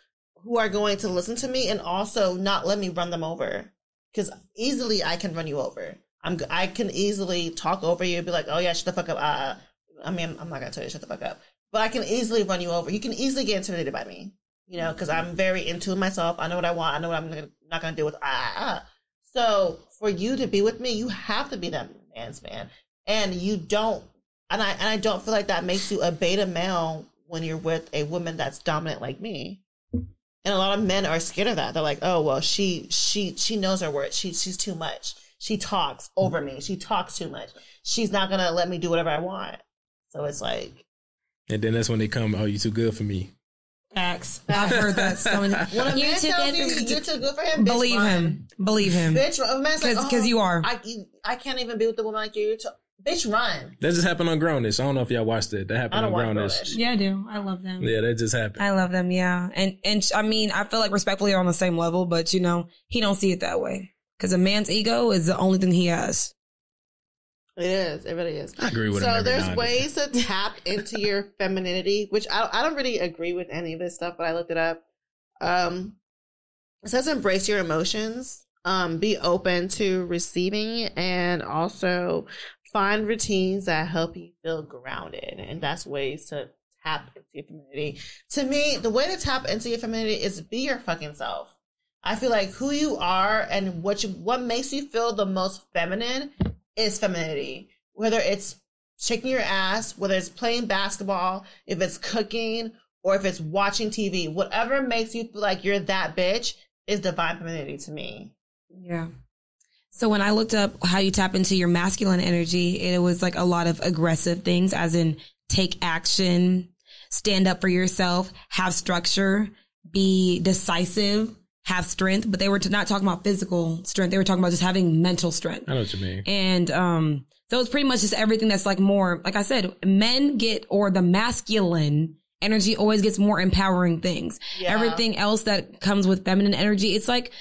[SPEAKER 2] who are going to listen to me and also not let me run them over because easily I can run you over. I'm g- I can easily talk over you and be like, oh yeah, shut the fuck up. Uh, I mean, I'm not gonna tell you to shut the fuck up, but I can easily run you over. You can easily get intimidated by me, you know, because I'm very into myself. I know what I want. I know what I'm gonna, not gonna do with. Ah, ah, ah. So for you to be with me, you have to be that man's man, and you don't. And I and I don't feel like that makes you a beta male when you're with a woman that's dominant like me. And a lot of men are scared of that. They're like, "Oh well, she she she knows her worth. She she's too much. She talks over me. She talks too much. She's not gonna let me do whatever I want." So it's like,
[SPEAKER 4] And then that's when they come. Oh, you too good for me.
[SPEAKER 3] Facts. I've heard that. So many,
[SPEAKER 2] when a
[SPEAKER 3] you
[SPEAKER 2] man
[SPEAKER 3] took
[SPEAKER 2] tells you you're
[SPEAKER 3] it.
[SPEAKER 2] too good for him, bitch,
[SPEAKER 3] Believe
[SPEAKER 2] run.
[SPEAKER 3] him. Believe him.
[SPEAKER 2] bitch. run. A man's like,
[SPEAKER 3] Because
[SPEAKER 2] "Oh,
[SPEAKER 3] you are.
[SPEAKER 2] I you- I can't even be with the woman like you. You're too- bitch, run.
[SPEAKER 4] That just happened on Grownish. I don't know if y'all watched it. That
[SPEAKER 2] I
[SPEAKER 4] happened
[SPEAKER 2] don't
[SPEAKER 4] on
[SPEAKER 2] want
[SPEAKER 4] Grownish.
[SPEAKER 2] British.
[SPEAKER 3] yeah, I do. I love them.
[SPEAKER 4] Yeah, that just happened.
[SPEAKER 3] I love them. Yeah, and and sh- I mean, I feel like respectfully are on the same level, but you know, he don't see it that way because a man's ego is the only thing he has.
[SPEAKER 2] It is. It really is.
[SPEAKER 4] I agree with him
[SPEAKER 2] so
[SPEAKER 4] every
[SPEAKER 2] there's
[SPEAKER 4] now and then.
[SPEAKER 2] ways to tap into your femininity, which I, I don't really agree with any of this stuff, but I looked it up. Um, it says embrace your emotions. um, be open to receiving and also find routines that help you feel grounded. And that's ways to tap into your femininity. To me, the way to tap into your femininity is be your fucking self. I feel like who you are and what you, what makes you feel the most feminine is femininity. Whether it's shaking your ass, whether it's playing basketball, if it's cooking, or if it's watching TV, whatever makes you feel like you're that bitch is divine femininity to me.
[SPEAKER 3] Yeah. So when I looked up how you tap into your masculine energy, it was like a lot of aggressive things, as in take action, stand up for yourself, have structure, be decisive, have strength. But they were t- not talking about physical strength; they were talking about just having mental strength.
[SPEAKER 4] I know what you mean.
[SPEAKER 3] And um, so it's pretty much just everything that's like more, like I said, men get or the masculine energy always gets more empowering things.
[SPEAKER 2] Yeah.
[SPEAKER 3] Everything else that comes with feminine energy, it's like,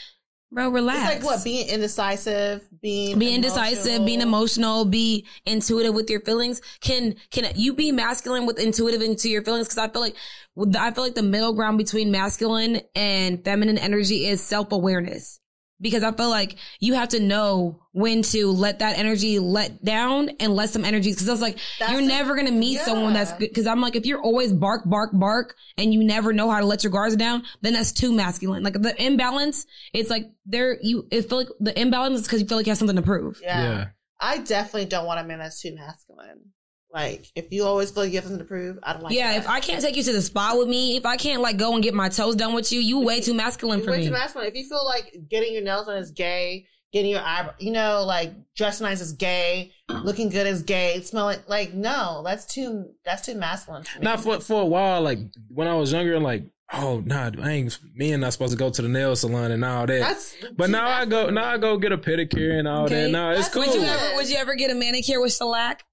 [SPEAKER 3] bro,
[SPEAKER 2] It's
[SPEAKER 3] relax.
[SPEAKER 2] like what being indecisive, being
[SPEAKER 3] be indecisive, being emotional, be intuitive with your feelings. Can can you be masculine with intuitive into your feelings? Because I feel like with the- I feel like the middle ground between masculine and feminine energy is self awareness. Because I feel like you have to know when to let that energy let down and let some energy. Because I was like,
[SPEAKER 2] That's
[SPEAKER 3] you're
[SPEAKER 2] it.
[SPEAKER 3] never gonna meet someone that's
[SPEAKER 2] Yeah.
[SPEAKER 3] good. Because I'm like, if you're always bark, bark, bark, and you never know how to let your guards down, then that's too masculine. Like the imbalance, it's like there you. It feel like the imbalance is because you feel like you have something to prove.
[SPEAKER 2] Yeah. I definitely don't want a man that's too masculine. Like if you always feel like you have something to prove, I don't like.
[SPEAKER 3] yeah,
[SPEAKER 2] that.
[SPEAKER 3] if I can't take you to the spa with me, if I can't like go and get my toes done with you, you way too masculine
[SPEAKER 2] You're
[SPEAKER 3] for
[SPEAKER 2] way
[SPEAKER 3] me.
[SPEAKER 2] too masculine. If you feel like getting your nails done is gay, getting your eyebrow, you know, like dressing nice is gay, looking good is gay, smelling like no, that's too that's too masculine. To me.
[SPEAKER 4] Not for for a while, like when I was younger, like oh nah, I ain't men not supposed to go to the nail salon and all that.
[SPEAKER 2] that's
[SPEAKER 4] but
[SPEAKER 2] too
[SPEAKER 4] now I go
[SPEAKER 2] masculine.
[SPEAKER 4] now I go get a pedicure and all that.
[SPEAKER 3] Okay.
[SPEAKER 4] Now it's
[SPEAKER 2] That's
[SPEAKER 4] cool.
[SPEAKER 2] what
[SPEAKER 3] Would you
[SPEAKER 2] Ooh.
[SPEAKER 3] ever? Would you ever get a manicure with shellac?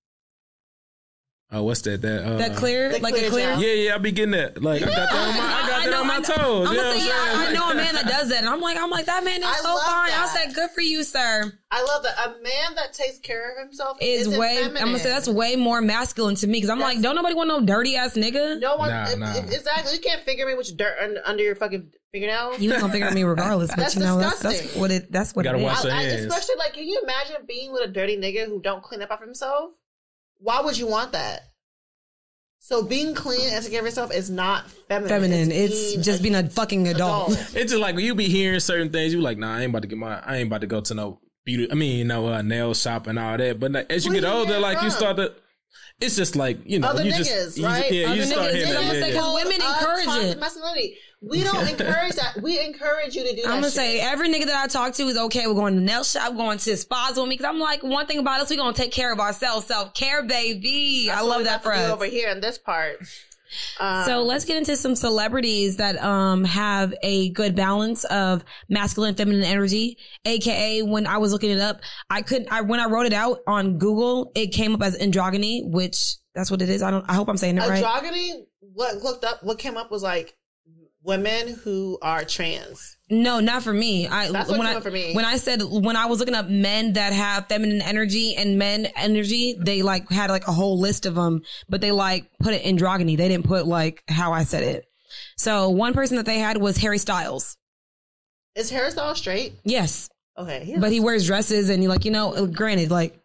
[SPEAKER 4] oh, what's that? That uh,
[SPEAKER 3] That clear,
[SPEAKER 2] the
[SPEAKER 3] like the
[SPEAKER 2] clear
[SPEAKER 3] clear.
[SPEAKER 2] gel.
[SPEAKER 4] Yeah, yeah, I be getting that. Like I got that on my I got that on my toes.
[SPEAKER 3] I'm
[SPEAKER 4] You
[SPEAKER 3] gonna
[SPEAKER 4] know what I'm
[SPEAKER 3] say, yeah, I- I
[SPEAKER 4] saying?
[SPEAKER 3] know a man that does that, and I'm like, I'm like, that man is
[SPEAKER 2] I
[SPEAKER 3] so
[SPEAKER 2] love
[SPEAKER 3] fine.
[SPEAKER 2] that.
[SPEAKER 3] I said, good for you, sir.
[SPEAKER 2] I love that a man that takes care of himself
[SPEAKER 3] Is
[SPEAKER 2] isn't
[SPEAKER 3] way. I'm gonna say
[SPEAKER 2] feminine.
[SPEAKER 3] that's way more masculine to me because I'm like, don't nobody want no dirty ass nigga.
[SPEAKER 2] no one
[SPEAKER 4] Nah,
[SPEAKER 2] if-
[SPEAKER 4] nah.
[SPEAKER 2] if- exactly. You can't figure me with your dirt un, under your fucking fingernails.
[SPEAKER 3] You ain't gonna figure out me regardless, but
[SPEAKER 2] That's
[SPEAKER 3] you know that's, that's
[SPEAKER 2] disgusting.
[SPEAKER 3] what it. That's what
[SPEAKER 4] Gotta
[SPEAKER 3] it is.
[SPEAKER 4] watch
[SPEAKER 2] I, I,
[SPEAKER 4] Yes.
[SPEAKER 2] especially like, can you imagine being with a dirty nigga who don't clean up after himself? Why would you want that? So being clean and taking care of yourself is not feminine.
[SPEAKER 3] Feminine. It's,
[SPEAKER 2] being
[SPEAKER 3] just being a fucking adult.
[SPEAKER 4] It's just like when you be hearing certain things, you like, nah, I ain't about to get my, I ain't about to go to no beauty, I mean, no uh, nail shop and all that. But like, as you
[SPEAKER 2] Where
[SPEAKER 4] get
[SPEAKER 2] you
[SPEAKER 4] older,
[SPEAKER 2] hearing
[SPEAKER 4] like you
[SPEAKER 2] from?
[SPEAKER 4] start to, it's just like you know,
[SPEAKER 2] Other
[SPEAKER 4] you
[SPEAKER 2] niggas,
[SPEAKER 4] just, you
[SPEAKER 2] right?
[SPEAKER 4] just yeah,
[SPEAKER 3] Other
[SPEAKER 4] you just start
[SPEAKER 3] niggas.
[SPEAKER 4] hearing
[SPEAKER 3] It's
[SPEAKER 4] that.
[SPEAKER 3] almost
[SPEAKER 4] yeah,
[SPEAKER 3] like
[SPEAKER 4] yeah.
[SPEAKER 3] how- Women
[SPEAKER 2] Up
[SPEAKER 3] encourage
[SPEAKER 2] toxic
[SPEAKER 3] it.
[SPEAKER 2] Masculinity. We don't encourage that. We encourage you to do. That
[SPEAKER 3] I'm gonna
[SPEAKER 2] shit.
[SPEAKER 3] say every nigga that I talk to is okay. We're going to nail shop, going to spas with me. Cause I'm like, one thing about us, we gonna take care of ourselves. Self care, baby.
[SPEAKER 2] That's
[SPEAKER 3] I
[SPEAKER 2] what
[SPEAKER 3] love
[SPEAKER 2] we got
[SPEAKER 3] that for
[SPEAKER 2] to do
[SPEAKER 3] us.
[SPEAKER 2] over here in this part. Um,
[SPEAKER 3] So let's get into some celebrities that um have a good balance of masculine and feminine energy. AKA when I was looking it up, I couldn't I when I wrote it out on Google, it came up as androgyny, which that's what it is. I don't I hope I'm saying it right.
[SPEAKER 2] androgyny. Uh, What looked up? What came up was like women who are trans.
[SPEAKER 3] No, not for me. I
[SPEAKER 2] That's what
[SPEAKER 3] when
[SPEAKER 2] came
[SPEAKER 3] I
[SPEAKER 2] up for me.
[SPEAKER 3] when I said when I was looking up men that have feminine energy and men energy, they like had like a whole list of them, but they like put it androgyny. They didn't put like how I said it. So one person that they had was Harry Styles.
[SPEAKER 2] Is hairstyle straight?
[SPEAKER 3] Yes,
[SPEAKER 2] Okay,
[SPEAKER 3] but he wears dresses and you like you know. uh, Granted, like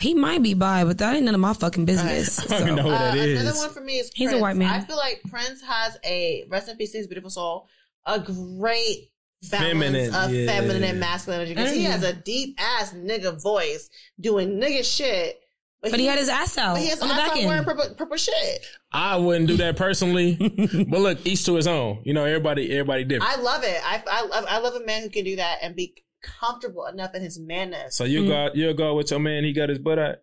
[SPEAKER 3] he might be bi, but that ain't none of my fucking business.
[SPEAKER 4] I don't
[SPEAKER 3] So.
[SPEAKER 4] even know who that
[SPEAKER 2] Uh, Another
[SPEAKER 4] is.
[SPEAKER 2] one for me is
[SPEAKER 3] He's a
[SPEAKER 2] Prince.
[SPEAKER 3] white man.
[SPEAKER 2] I feel like Prince has a rest in peace, to his beautiful soul, a great balance
[SPEAKER 4] Feminine,
[SPEAKER 2] of
[SPEAKER 4] yeah.
[SPEAKER 2] feminine and masculine energy because he
[SPEAKER 3] Mm.
[SPEAKER 2] has a deep ass nigga voice doing nigga shit.
[SPEAKER 3] But he had his ass out
[SPEAKER 2] but he has
[SPEAKER 3] on the
[SPEAKER 2] ass
[SPEAKER 3] back
[SPEAKER 2] out
[SPEAKER 3] end.
[SPEAKER 2] wearing purple, purple shit.
[SPEAKER 4] I wouldn't do that personally, but look, each to his own. You know, everybody, everybody different.
[SPEAKER 2] I love it. I, I love I love a man who can do that and be comfortable enough in his manness.
[SPEAKER 4] so you will go, you will go with your man. He got his butt out.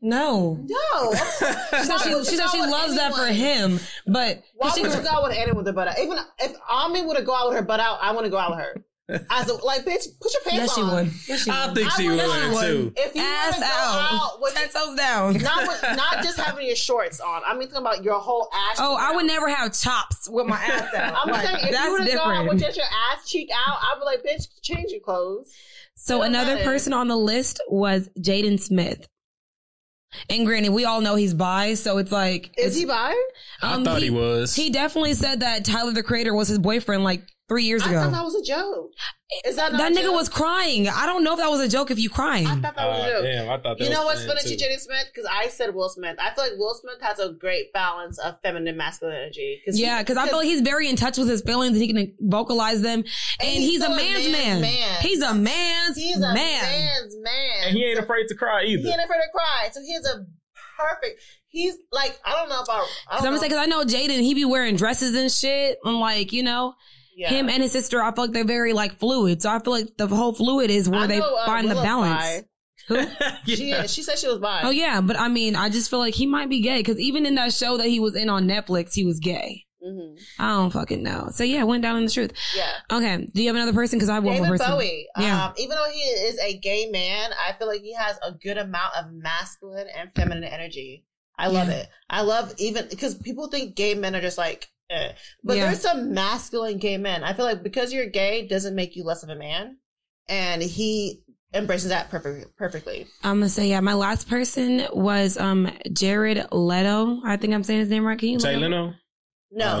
[SPEAKER 3] no,
[SPEAKER 2] No,
[SPEAKER 3] she said she, she, said she loves that for him, but
[SPEAKER 2] Why
[SPEAKER 3] she-
[SPEAKER 2] would you go out with Annie with her butt out? Even if Ami would have go out with her butt out, I want to go out with her. As a, like, bitch, put your pants
[SPEAKER 3] yes, she
[SPEAKER 2] on.
[SPEAKER 3] would. Yes, she would.
[SPEAKER 4] I think she
[SPEAKER 2] would-
[SPEAKER 4] would
[SPEAKER 2] I
[SPEAKER 3] would.
[SPEAKER 4] too.
[SPEAKER 2] If you want
[SPEAKER 3] ass
[SPEAKER 2] to go
[SPEAKER 3] out,
[SPEAKER 2] out with
[SPEAKER 3] ten toes down.
[SPEAKER 2] not with, not just having your shorts on. I mean, talking about your whole ass.
[SPEAKER 3] Oh,
[SPEAKER 2] cheek
[SPEAKER 3] I would
[SPEAKER 2] out.
[SPEAKER 3] never have chops with my ass out.
[SPEAKER 2] I'm
[SPEAKER 3] Like,
[SPEAKER 2] saying if you
[SPEAKER 3] that's
[SPEAKER 2] would have gone
[SPEAKER 3] different.
[SPEAKER 2] with just your ass cheek out, I'd be like, bitch, change your clothes.
[SPEAKER 3] so
[SPEAKER 2] Don't
[SPEAKER 3] another
[SPEAKER 2] matter.
[SPEAKER 3] person on the list was Jaden Smith. And granted, we all know he's bi, so it's like
[SPEAKER 2] Is he bi?
[SPEAKER 4] I
[SPEAKER 3] um,
[SPEAKER 4] thought he, was.
[SPEAKER 3] He definitely said that Tyler the Creator was his boyfriend like three years
[SPEAKER 2] I
[SPEAKER 3] ago.
[SPEAKER 2] thought that was a joke. Is that not
[SPEAKER 3] that
[SPEAKER 2] a
[SPEAKER 3] nigga
[SPEAKER 2] joke?
[SPEAKER 3] was crying. I don't know if that was a joke. If you crying,
[SPEAKER 2] I thought that was a joke.
[SPEAKER 4] Oh, damn, I thought that
[SPEAKER 2] You
[SPEAKER 4] was
[SPEAKER 2] know what's
[SPEAKER 4] planned,
[SPEAKER 2] funny, T.
[SPEAKER 4] too.
[SPEAKER 2] Jenny Smith? Because I said Will Smith. I feel like Will Smith has a great balance of feminine and masculine energy. Cause he-
[SPEAKER 3] yeah, because I feel like he's very in touch with his feelings and he can vocalize them. And,
[SPEAKER 2] he's
[SPEAKER 3] he's, a
[SPEAKER 2] still a
[SPEAKER 3] man's,
[SPEAKER 2] man's
[SPEAKER 3] man.
[SPEAKER 2] man.
[SPEAKER 3] He's a man's
[SPEAKER 2] he's a
[SPEAKER 3] man.
[SPEAKER 2] man's man.
[SPEAKER 4] And he ain't afraid to cry
[SPEAKER 2] He
[SPEAKER 4] either.
[SPEAKER 2] ain't afraid to cry. So he's a perfect. He's like I don't know about. I
[SPEAKER 3] Cause
[SPEAKER 2] don't
[SPEAKER 3] I'm
[SPEAKER 2] know.
[SPEAKER 3] gonna say, cause I know Jaden, he be wearing dresses and shit. I'm like, you know,
[SPEAKER 2] yeah.
[SPEAKER 3] him and his sister, I feel like they're very like fluid. So I feel like the whole fluid is where
[SPEAKER 2] I
[SPEAKER 3] they
[SPEAKER 2] know, uh,
[SPEAKER 3] find the
[SPEAKER 2] Willow
[SPEAKER 3] balance.
[SPEAKER 2] Fry. She
[SPEAKER 4] Yeah.
[SPEAKER 2] she said she was bi.
[SPEAKER 3] Oh yeah, but I mean, I just feel like he might be gay because even in that show that he was in on Netflix, he was gay.
[SPEAKER 2] hmm
[SPEAKER 3] I don't fucking know. So yeah, went down in the truth.
[SPEAKER 2] yeah.
[SPEAKER 3] Okay, do you have another person? Because I have one more
[SPEAKER 2] David
[SPEAKER 3] person.
[SPEAKER 2] Bowie.
[SPEAKER 3] Yeah.
[SPEAKER 2] Um, even though he is a gay man, I feel like he has a good amount of masculine and feminine energy. I love
[SPEAKER 3] Yeah.
[SPEAKER 2] it. I love even because people think gay men are just like, eh. but
[SPEAKER 3] Yeah.
[SPEAKER 2] there's some masculine gay men. I feel like because you're gay doesn't make you less of a man, and he embraces that perfect, perfectly.
[SPEAKER 3] I'm gonna say yeah. My last person was um Jared Leto. I think I'm saying his name right. Can you
[SPEAKER 4] Jay
[SPEAKER 3] look it up?
[SPEAKER 4] Leno?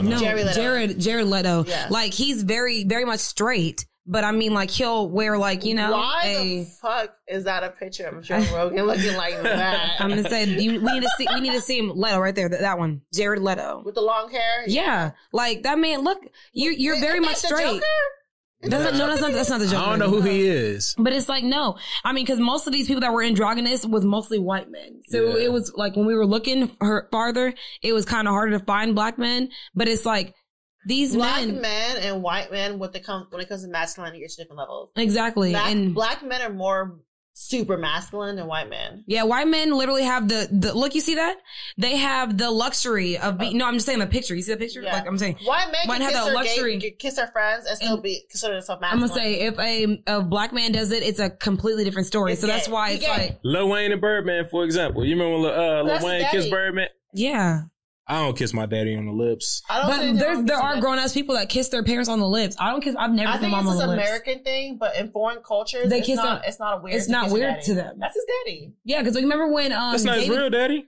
[SPEAKER 2] No,
[SPEAKER 4] No,
[SPEAKER 2] Jerry Leto.
[SPEAKER 3] Jared Jared Leto.
[SPEAKER 2] Yeah.
[SPEAKER 3] Like he's very very much straight, but I mean like he'll wear like you know.
[SPEAKER 2] why
[SPEAKER 3] a-
[SPEAKER 2] the fuck is that a picture of Joe Rogan looking like that
[SPEAKER 3] I'm gonna say you, we need to see we need to see him Leto right there. That, that one, Jared Leto.
[SPEAKER 2] with the long hair?
[SPEAKER 3] Yeah, like that man. Look, you're you're very
[SPEAKER 2] Ain't
[SPEAKER 3] much
[SPEAKER 2] that the
[SPEAKER 3] straight.
[SPEAKER 2] Joker?
[SPEAKER 3] That's not, no, that's not that's not the joke.
[SPEAKER 4] I don't know who he is.
[SPEAKER 3] But it's like no, I mean, because most of these people that were androgynous was mostly white men. So
[SPEAKER 4] Yeah.
[SPEAKER 3] it was like when we were looking her farther, it was kind of harder to find black men. But it's like these
[SPEAKER 2] black
[SPEAKER 3] men,
[SPEAKER 2] men, and white men with the com- when it comes to masculinity it's different levels
[SPEAKER 3] exactly,
[SPEAKER 2] black,
[SPEAKER 3] and
[SPEAKER 2] black men are more super masculine than white men
[SPEAKER 3] yeah, white men literally have the the look. You see that they have the luxury of being. No, I'm just saying the picture. You see the picture?
[SPEAKER 2] Oh. Yeah.
[SPEAKER 3] Like I'm saying,
[SPEAKER 2] white men can
[SPEAKER 3] White have
[SPEAKER 2] kiss
[SPEAKER 3] that
[SPEAKER 2] their,
[SPEAKER 3] luxury.
[SPEAKER 2] gay, can kiss their friends and still
[SPEAKER 3] And
[SPEAKER 2] be consider themselves
[SPEAKER 3] I'm
[SPEAKER 2] masculine
[SPEAKER 3] gonna say if a a black man does it, it's a completely different story.
[SPEAKER 2] It's
[SPEAKER 3] so that's
[SPEAKER 2] gay.
[SPEAKER 3] why
[SPEAKER 2] He
[SPEAKER 3] it's
[SPEAKER 2] gay.
[SPEAKER 3] like,
[SPEAKER 4] Lil Wayne and Birdman, for example. You remember when Lil, uh,
[SPEAKER 2] That's
[SPEAKER 4] Lil Wayne
[SPEAKER 2] daddy.
[SPEAKER 4] kissed Birdman?
[SPEAKER 3] yeah.
[SPEAKER 4] I don't kiss my daddy on the lips.
[SPEAKER 2] I don't
[SPEAKER 3] But
[SPEAKER 2] think they
[SPEAKER 3] there's
[SPEAKER 2] don't
[SPEAKER 3] there
[SPEAKER 2] kiss
[SPEAKER 3] are
[SPEAKER 2] their-
[SPEAKER 3] grown ass people that kiss their parents on the lips. I don't kiss. I've never
[SPEAKER 2] I
[SPEAKER 3] kissed my
[SPEAKER 2] think
[SPEAKER 3] mom
[SPEAKER 2] it's
[SPEAKER 3] on
[SPEAKER 2] this
[SPEAKER 3] the lips.
[SPEAKER 2] American thing, but in foreign cultures,
[SPEAKER 3] They
[SPEAKER 2] it's
[SPEAKER 3] kiss
[SPEAKER 2] not.
[SPEAKER 3] on-
[SPEAKER 2] it's not weird.
[SPEAKER 3] it's
[SPEAKER 2] to
[SPEAKER 3] not
[SPEAKER 2] kiss your
[SPEAKER 3] weird
[SPEAKER 2] daddy.
[SPEAKER 3] to them.
[SPEAKER 2] That's his daddy.
[SPEAKER 3] Yeah, because remember when um
[SPEAKER 4] That's not his
[SPEAKER 3] David,
[SPEAKER 4] real daddy.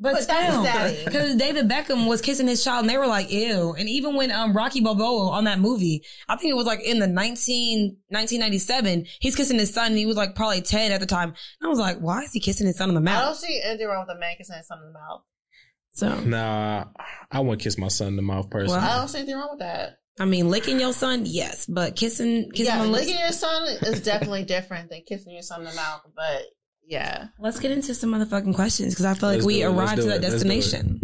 [SPEAKER 3] but,
[SPEAKER 2] But that's his daddy.
[SPEAKER 3] still, because David Beckham was kissing his child, and they were like, "Ew!" And even when um Rocky Balboa on that movie, I think it was like in the 19, 1997, he's kissing his son. And he was like probably ten at the time. And I was like, "Why is he kissing his son in the
[SPEAKER 2] I don't
[SPEAKER 3] mouth?"
[SPEAKER 2] see anything wrong with a man kissing his son in the mouth.
[SPEAKER 3] So
[SPEAKER 4] Nah, I wouldn't kiss my son in the mouth personally.
[SPEAKER 3] Well,
[SPEAKER 2] I don't see anything wrong with that.
[SPEAKER 3] I mean, licking your son, yes, but kissing, kissing
[SPEAKER 2] yeah,
[SPEAKER 3] on the lips-
[SPEAKER 2] licking your son is definitely different than kissing your son in the mouth. But yeah,
[SPEAKER 3] Let's get into some motherfucking questions because I feel like
[SPEAKER 4] Let's
[SPEAKER 3] we
[SPEAKER 4] do it. Let's
[SPEAKER 3] arrived
[SPEAKER 4] do
[SPEAKER 3] to that
[SPEAKER 4] it. Let's do it.
[SPEAKER 3] destination.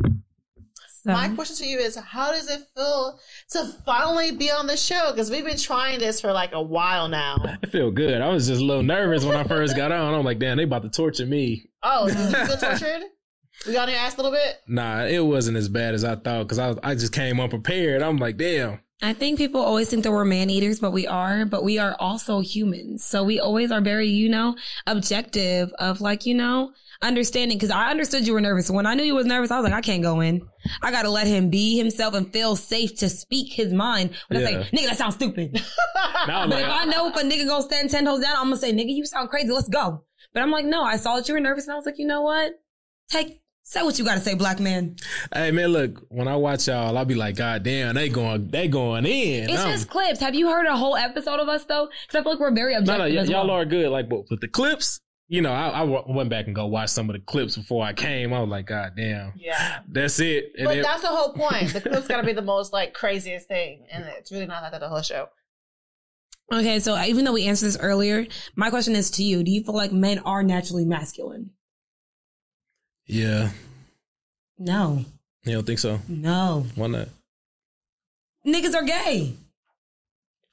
[SPEAKER 3] So,
[SPEAKER 2] My question to you is, how does it feel to finally be on the show? Because we've been trying this for like a while now.
[SPEAKER 4] I feel good. I was just a little nervous when I first got on. I'm like, damn, they about to torture me.
[SPEAKER 2] Oh, did you feel tortured? We got on your ass a little bit.
[SPEAKER 4] Nah, it wasn't as bad as I thought because I was, I just came unprepared. I'm like, damn.
[SPEAKER 3] I think people always think that we're man eaters, but we are, but we are also humans. So we always are very, you know, objective of like, you know, understanding. Cause I understood you were nervous. When I knew you was nervous, I was like, I can't go in. I gotta let him be himself and feel safe to speak his mind. When I
[SPEAKER 4] Yeah.
[SPEAKER 3] say, nigga, that sounds stupid.
[SPEAKER 4] Now I'm
[SPEAKER 3] But if
[SPEAKER 4] like,
[SPEAKER 3] I know if a nigga gonna stand 10 toes down, I'm gonna say, nigga, you sound crazy. Let's go. But I'm like, no, I saw that you were nervous and I was like, you know what? Take, say what you gotta say, black man.
[SPEAKER 4] hey man, look, when I watch y'all, I'll be like, God damn, they going, they going in.
[SPEAKER 3] It's
[SPEAKER 4] I'm-
[SPEAKER 3] just clips. Have you heard a whole episode of us though? Cause I feel like we're very
[SPEAKER 4] no,
[SPEAKER 3] objective.
[SPEAKER 4] no, y-
[SPEAKER 3] as
[SPEAKER 4] y'all
[SPEAKER 3] well.
[SPEAKER 4] are good. Like, but with the clips, you know, I, I w- went back and go watch some of the clips before I came. I was like, God damn,
[SPEAKER 2] Yeah,
[SPEAKER 4] that's it. And
[SPEAKER 2] but
[SPEAKER 4] then-
[SPEAKER 2] that's the whole point. The clip's gotta be the most like craziest thing, and it's really not like that the whole show.
[SPEAKER 3] Okay, so even though we answered this earlier, my question is to you: Do you feel like men are naturally masculine?
[SPEAKER 4] yeah,
[SPEAKER 3] No,
[SPEAKER 4] you don't think so?
[SPEAKER 3] no.
[SPEAKER 4] Why not?
[SPEAKER 3] Niggas are gay.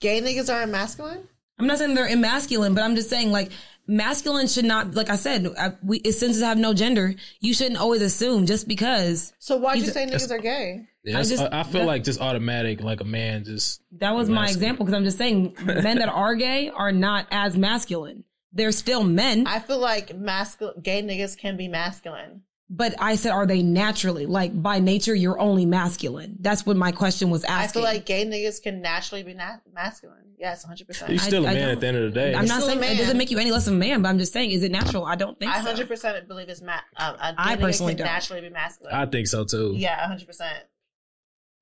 [SPEAKER 2] Gay niggas are masculine.
[SPEAKER 3] I'm not saying they're emasculine, but I'm just saying like masculine should not. Like I said, I, we, it- since it have no gender, you shouldn't always assume just because.
[SPEAKER 2] So why'd you
[SPEAKER 3] He's-
[SPEAKER 2] say niggas are gay?
[SPEAKER 4] Yeah,
[SPEAKER 3] I
[SPEAKER 4] that's- I,
[SPEAKER 3] just-
[SPEAKER 4] I feel like just automatic, like a man just
[SPEAKER 3] That was my
[SPEAKER 4] Masculine.
[SPEAKER 3] example because I'm just saying men that are gay are not as masculine. They're still men,
[SPEAKER 2] I feel like masculine gay niggas can be masculine.
[SPEAKER 3] but I said, are they naturally like by nature? You're only masculine. That's what my question was
[SPEAKER 2] I
[SPEAKER 3] asking.
[SPEAKER 2] feel like gay niggas can naturally be na- masculine. Yes, one hundred
[SPEAKER 4] You're
[SPEAKER 2] percent.
[SPEAKER 4] still a
[SPEAKER 3] I
[SPEAKER 4] man
[SPEAKER 3] don't-
[SPEAKER 4] at the end of the day.
[SPEAKER 3] I'm
[SPEAKER 2] You're
[SPEAKER 3] not
[SPEAKER 2] still a
[SPEAKER 3] saying it
[SPEAKER 2] man.
[SPEAKER 3] doesn't make you any less of a man, but I'm just saying, is it natural? I don't think
[SPEAKER 2] I
[SPEAKER 3] so.
[SPEAKER 2] hundred percent believe it's ma- um, a gay
[SPEAKER 3] I
[SPEAKER 2] nigga
[SPEAKER 3] personally
[SPEAKER 2] can
[SPEAKER 3] don't.
[SPEAKER 2] naturally be masculine.
[SPEAKER 4] I think so too.
[SPEAKER 2] yeah, hundred percent.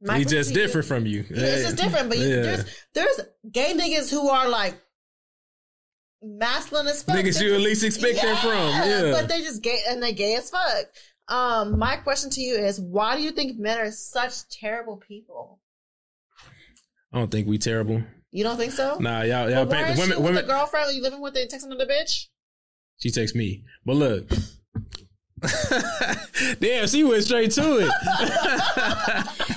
[SPEAKER 2] My
[SPEAKER 4] he just
[SPEAKER 2] pussy-
[SPEAKER 4] different from you.
[SPEAKER 2] Yeah, It's just different, but you,
[SPEAKER 4] Yeah.
[SPEAKER 2] there's there's gay niggas who are like masculine as fuck.
[SPEAKER 4] Niggas
[SPEAKER 2] They
[SPEAKER 4] you at
[SPEAKER 2] just-
[SPEAKER 4] least expect that from. Yeah.
[SPEAKER 2] but they just gay and they gay as fuck. Um, my question to you is, why do you think men are such terrible people?
[SPEAKER 4] I don't think we terrible.
[SPEAKER 2] You don't think so?
[SPEAKER 4] Nah, y'all, y'all.
[SPEAKER 2] Why
[SPEAKER 4] Paint,
[SPEAKER 2] is
[SPEAKER 4] the
[SPEAKER 2] she
[SPEAKER 4] women,
[SPEAKER 2] with
[SPEAKER 4] women.
[SPEAKER 2] a girlfriend you living with and texting another bitch?
[SPEAKER 4] She texts me, but look. Damn, she went straight to it.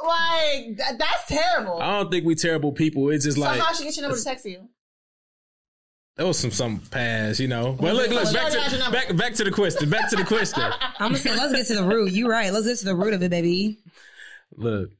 [SPEAKER 2] Like that, that's terrible.
[SPEAKER 4] I don't think we terrible people. It's just
[SPEAKER 2] so
[SPEAKER 4] like
[SPEAKER 2] how she get your number to text you?
[SPEAKER 4] that was some some past, you know. But look,
[SPEAKER 2] so
[SPEAKER 4] look back
[SPEAKER 2] she got your
[SPEAKER 4] to
[SPEAKER 2] number.
[SPEAKER 4] back back to the question. Back to the question.
[SPEAKER 3] I'm gonna say let's get to the root. You right. Let's get to the root of it, baby.
[SPEAKER 4] look,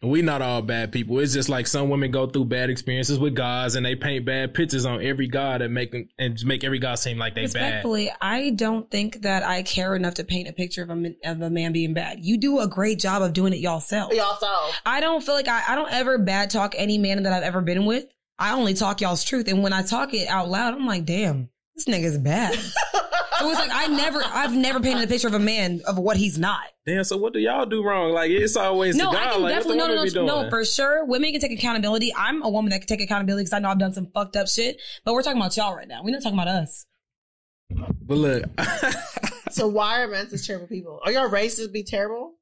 [SPEAKER 4] we not all bad people. It's just like some women go through bad experiences with guys, and they paint bad pictures on every guy that make them and make every guy seem like they bad.
[SPEAKER 3] Respectfully, I don't think that I care enough to paint a picture of a man, of a man being bad. You do a great job of doing it yourself.
[SPEAKER 2] Y'all saw.
[SPEAKER 3] I don't feel like I, I don't ever bad talk any man that I've ever been with. I only talk y'all's truth. And when I talk it out loud, I'm like, damn, this nigga's bad. so it's like, I never, I've never painted a picture of a man of what he's not.
[SPEAKER 4] Damn. So what do y'all do wrong? Like it's always
[SPEAKER 3] no,
[SPEAKER 4] the guy.
[SPEAKER 3] I can
[SPEAKER 4] like,
[SPEAKER 3] definitely,
[SPEAKER 4] what
[SPEAKER 3] no, no,
[SPEAKER 4] the women
[SPEAKER 3] no,
[SPEAKER 4] be
[SPEAKER 3] no,
[SPEAKER 4] doing?
[SPEAKER 3] for sure. Women can take accountability. I'm a woman that can take accountability because I know I've done some fucked up shit, but we're talking about y'all right now. We're not talking about us.
[SPEAKER 4] But look,
[SPEAKER 2] So why are men such terrible people? Are y'all racist? Be terrible?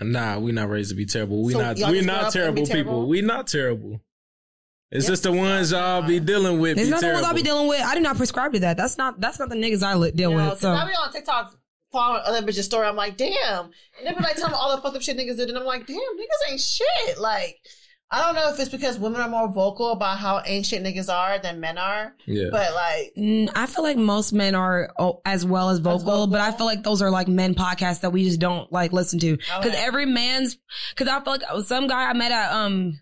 [SPEAKER 4] nah, we not raised to be terrible. We
[SPEAKER 2] So
[SPEAKER 4] not
[SPEAKER 2] y'all
[SPEAKER 4] we
[SPEAKER 2] just grow
[SPEAKER 4] not
[SPEAKER 2] up and be
[SPEAKER 4] terrible people.
[SPEAKER 2] terrible?
[SPEAKER 4] We not terrible. It's just the ones y'all be dealing with.
[SPEAKER 3] There's
[SPEAKER 4] be
[SPEAKER 3] nothing I'll be
[SPEAKER 4] terrible.
[SPEAKER 3] dealing with. I do not prescribe to that. That's not, that's not the niggas I li- deal
[SPEAKER 2] No,
[SPEAKER 3] with.
[SPEAKER 2] because
[SPEAKER 3] So
[SPEAKER 2] I be on TikTok following other bitches' story. I'm like, damn. And they be like telling me all the fucked up shit niggas did, and I'm like, damn, niggas ain't shit. Like, I don't know if it's because women are more vocal about how ancient niggas are than men are,
[SPEAKER 4] Yeah.
[SPEAKER 2] but like,
[SPEAKER 3] Mm, I feel like most men are oh, as well as vocal,
[SPEAKER 2] vocal.
[SPEAKER 3] but I feel like those are like men podcasts that we just don't like listen to because
[SPEAKER 2] Okay.
[SPEAKER 3] every man's because I feel like uh, some guy I met at um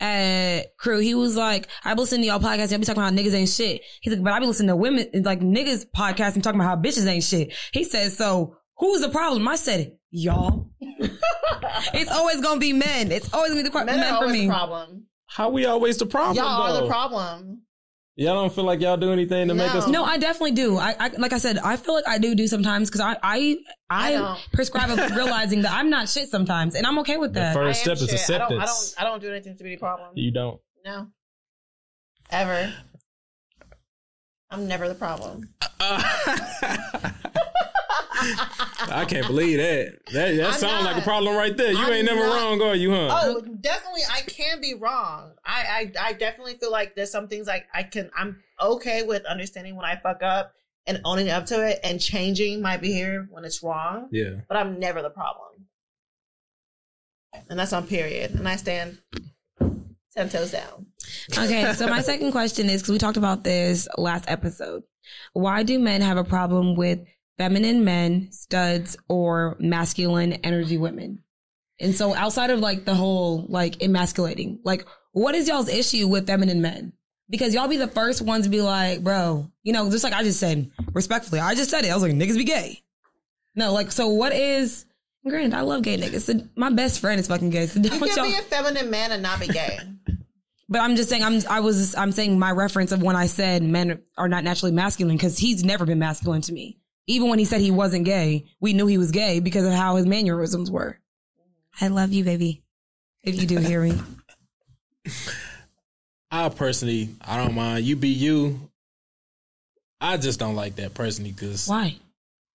[SPEAKER 3] at crew he was like I be listening to y'all podcast y'all be talking about how niggas ain't shit he's like but I be listening to women it's like niggas podcast and talking about how bitches ain't shit he says so who's the problem I said it y'all it's always gonna be men it's always gonna be the qu-
[SPEAKER 2] men,
[SPEAKER 3] men,
[SPEAKER 2] are
[SPEAKER 3] for
[SPEAKER 2] always
[SPEAKER 3] me
[SPEAKER 2] the problem.
[SPEAKER 4] How we always the problem?
[SPEAKER 2] Y'all are the
[SPEAKER 4] though?
[SPEAKER 2] problem.
[SPEAKER 4] Y'all don't feel like y'all do anything to make
[SPEAKER 2] No.
[SPEAKER 4] us.
[SPEAKER 3] No, I definitely do. I, I like I said, I feel like I do do sometimes because I I I,
[SPEAKER 2] I don't.
[SPEAKER 3] prescribe of realizing that I'm not shit sometimes, and I'm okay with
[SPEAKER 4] The
[SPEAKER 3] that.
[SPEAKER 4] first
[SPEAKER 2] I am
[SPEAKER 4] step is
[SPEAKER 2] shit. I don't, I
[SPEAKER 4] acceptance.
[SPEAKER 2] don't. I don't do anything to be the problem.
[SPEAKER 4] You don't.
[SPEAKER 2] No, ever. I'm never the problem.
[SPEAKER 4] I can't believe that. That that
[SPEAKER 2] I'm
[SPEAKER 4] sounds
[SPEAKER 2] not.
[SPEAKER 4] like a problem right there. You
[SPEAKER 2] I'm
[SPEAKER 4] ain't never
[SPEAKER 2] not.
[SPEAKER 4] wrong, are you, huh?
[SPEAKER 2] Oh, definitely. I can be wrong. I, I, I definitely feel like there's some things like I can. I'm okay with understanding when I fuck up and owning up to it and changing my behavior when it's wrong.
[SPEAKER 4] Yeah.
[SPEAKER 2] But I'm never the problem. And that's on period. And I stand ten toes down.
[SPEAKER 3] okay, so my second question is because we talked about this last episode. Why do men have a problem with feminine men, studs, or masculine energy women? And so, outside of like the whole like emasculating, like what is y'all's issue with feminine men? Because y'all be the first ones to be like, bro, you know, just like I just said, respectfully, I just said it. I was like, niggas be gay. No, like, so what is? Granted, I love gay niggas. So my best friend is fucking gay. So
[SPEAKER 2] You
[SPEAKER 3] don't
[SPEAKER 2] can
[SPEAKER 3] y'all-
[SPEAKER 2] be a feminine man and not be gay.
[SPEAKER 3] but I'm just saying, I'm I was I'm saying my reference of when I said men are not naturally masculine because he's never been masculine to me. Even when he said he wasn't gay, we knew he was gay because of how his mannerisms were. I love you, baby. If you do hear me,
[SPEAKER 4] I personally, I don't mind. You be you. I just don't like that personally because
[SPEAKER 3] why?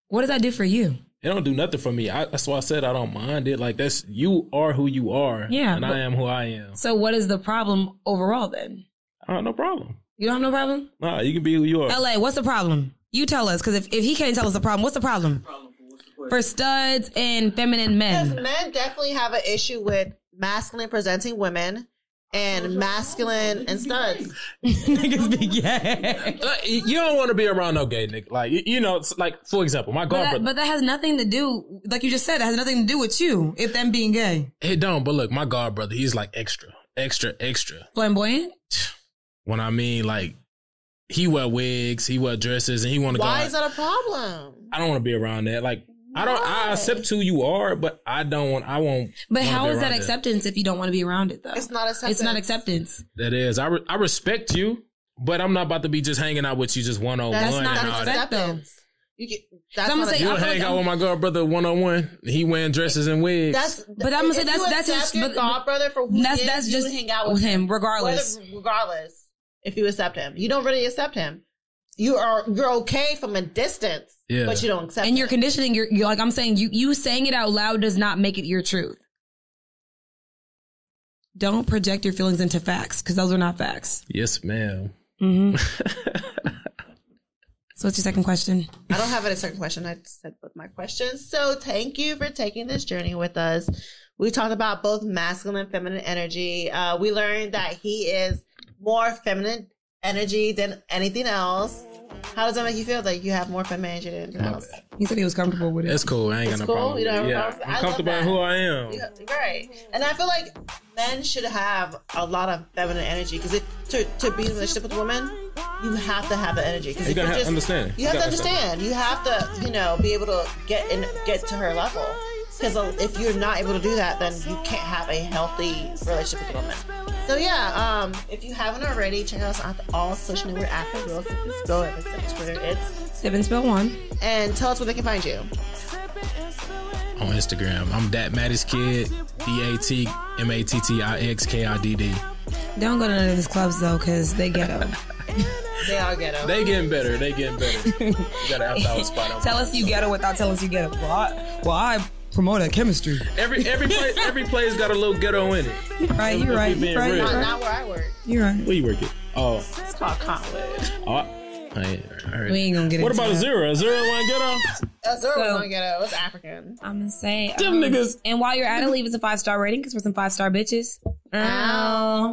[SPEAKER 3] What does that do for you?
[SPEAKER 4] it don't do nothing for me. I, that's why I said I don't mind it. Like that's you are who you are.
[SPEAKER 3] Yeah,
[SPEAKER 4] And
[SPEAKER 3] but-
[SPEAKER 4] I am who I am.
[SPEAKER 3] So, what is the problem overall then?
[SPEAKER 4] I have no problem.
[SPEAKER 3] You don't have no problem?
[SPEAKER 4] Nah, you can be who you are.
[SPEAKER 3] LA, what's the problem? You tell us, because if, if he can't tell us the problem, what's the problem? For studs and feminine
[SPEAKER 2] Because
[SPEAKER 3] men.
[SPEAKER 2] men definitely have an issue with masculine presenting women and masculine and studs.
[SPEAKER 3] Niggas be gay.
[SPEAKER 4] Like, y- you don't want to be around no gay nigga. Like y- you know, it's like for example, my
[SPEAKER 3] But
[SPEAKER 4] god
[SPEAKER 3] that,
[SPEAKER 4] brother.
[SPEAKER 3] but that has nothing to do, like you just said, that has nothing to do with you, if them being gay.
[SPEAKER 4] It don't. But look, my god brother, he's like extra, extra, extra.
[SPEAKER 3] Flamboyant?
[SPEAKER 4] When I mean like, he wear wigs, he wear dresses, and he want to go.
[SPEAKER 2] Why
[SPEAKER 4] out-
[SPEAKER 2] is that a problem?
[SPEAKER 4] I don't want to be around that. Like I don't. I
[SPEAKER 2] Why?
[SPEAKER 4] accept who you are, but I don't want. I won't.
[SPEAKER 3] But
[SPEAKER 4] wanna
[SPEAKER 3] how
[SPEAKER 4] be
[SPEAKER 3] is that
[SPEAKER 4] around
[SPEAKER 3] acceptance if you don't want to be around it, though?
[SPEAKER 2] It's not acceptance.
[SPEAKER 3] It's not acceptance.
[SPEAKER 4] That is. I re- I respect you, but I'm not about to be just hanging out with you just one on one.
[SPEAKER 2] That's
[SPEAKER 3] not
[SPEAKER 4] and all that.
[SPEAKER 3] acceptable.
[SPEAKER 2] acceptance. You get, that's
[SPEAKER 3] So I'm
[SPEAKER 2] not
[SPEAKER 3] gonna
[SPEAKER 2] a-
[SPEAKER 3] say-
[SPEAKER 4] You
[SPEAKER 3] I feel
[SPEAKER 4] hang
[SPEAKER 3] like
[SPEAKER 4] out
[SPEAKER 3] I'm-
[SPEAKER 4] with my girl brother one on one. He wearing dresses and wigs.
[SPEAKER 2] That's
[SPEAKER 3] But I'm gonna say
[SPEAKER 2] if
[SPEAKER 3] that's-
[SPEAKER 2] you
[SPEAKER 3] that's
[SPEAKER 2] accept
[SPEAKER 3] just-
[SPEAKER 2] your
[SPEAKER 3] but-
[SPEAKER 2] god brother for who
[SPEAKER 3] That's
[SPEAKER 2] he is,
[SPEAKER 3] that's
[SPEAKER 2] you
[SPEAKER 3] just
[SPEAKER 2] would hang out with him,
[SPEAKER 3] regardless.
[SPEAKER 2] Whether, regardless, if you accept him, you don't really accept him. You are you're okay from a distance,
[SPEAKER 4] Yeah.
[SPEAKER 2] but you don't accept.
[SPEAKER 3] and you're
[SPEAKER 2] him.
[SPEAKER 3] conditioning your, you like I'm saying you you saying it out loud does not make it your truth. Don't project your feelings into facts because those are not facts.
[SPEAKER 4] yes, ma'am.
[SPEAKER 3] Mm-hmm. so what's your second question?
[SPEAKER 2] I don't have a second question. I said both my questions. So thank you for taking this journey with us. We talked about both masculine and feminine energy. Uh, we learned that he is more feminine energy than anything else. How does that make you feel that you have more feminine energy than anything else?
[SPEAKER 3] He said he was comfortable with it.
[SPEAKER 4] That's cool. I ain't
[SPEAKER 2] It's
[SPEAKER 4] got no
[SPEAKER 2] cool.
[SPEAKER 4] problem.
[SPEAKER 2] You don't have a
[SPEAKER 4] yeah,
[SPEAKER 2] problem? I
[SPEAKER 4] I'm
[SPEAKER 2] love
[SPEAKER 4] comfortable in
[SPEAKER 2] that.
[SPEAKER 4] who I am.
[SPEAKER 2] Yeah, Right. And I feel like men should have a lot of feminine energy because to, to be in a relationship with a woman, you have to have the energy. Cause
[SPEAKER 4] You
[SPEAKER 2] if
[SPEAKER 4] gotta
[SPEAKER 2] you're
[SPEAKER 4] have- understand.
[SPEAKER 2] You have
[SPEAKER 4] You
[SPEAKER 2] to
[SPEAKER 4] gotta
[SPEAKER 2] understand. You have to, you know, be able to get in, get to her level. Because if you're not able to do that, then you can't have a healthy relationship with a woman. So yeah, um, if you haven't already, check us out on all social media. We're at the real Sip and spill at the Sip and Twitter. It's
[SPEAKER 3] Sip and spill one.
[SPEAKER 2] and tell us where they can find you.
[SPEAKER 4] on Instagram. I'm that Mattis Kid, D A T M A T T I X K I D D.
[SPEAKER 3] Don't go to none of his clubs though because they ghetto.
[SPEAKER 2] They all ghetto.
[SPEAKER 4] They getting better. They getting better. you gotta have that spot on.
[SPEAKER 3] Tell us you ghetto without telling us you ghetto. Well, I, well, I promote that chemistry.
[SPEAKER 4] Every every place every place got a little ghetto in it.
[SPEAKER 3] Right,
[SPEAKER 4] If we
[SPEAKER 3] you're right.
[SPEAKER 4] being
[SPEAKER 3] You're right.
[SPEAKER 4] real.
[SPEAKER 3] You're
[SPEAKER 2] not,
[SPEAKER 3] right.
[SPEAKER 2] not where I work.
[SPEAKER 3] You're right.
[SPEAKER 4] Where you work it? Oh,
[SPEAKER 2] It's called Conwood.
[SPEAKER 4] oh. I- all right, all right.
[SPEAKER 3] We ain't gonna get
[SPEAKER 4] What
[SPEAKER 3] into
[SPEAKER 4] about a
[SPEAKER 3] that.
[SPEAKER 4] zero? A zero one ghetto?
[SPEAKER 2] That's so,
[SPEAKER 3] So-
[SPEAKER 2] one ghetto. It's African.
[SPEAKER 3] I'm Um, gonna say
[SPEAKER 4] Them niggas.
[SPEAKER 3] And while you're at it, leave us a five star rating because we're some five star bitches.
[SPEAKER 2] Ow.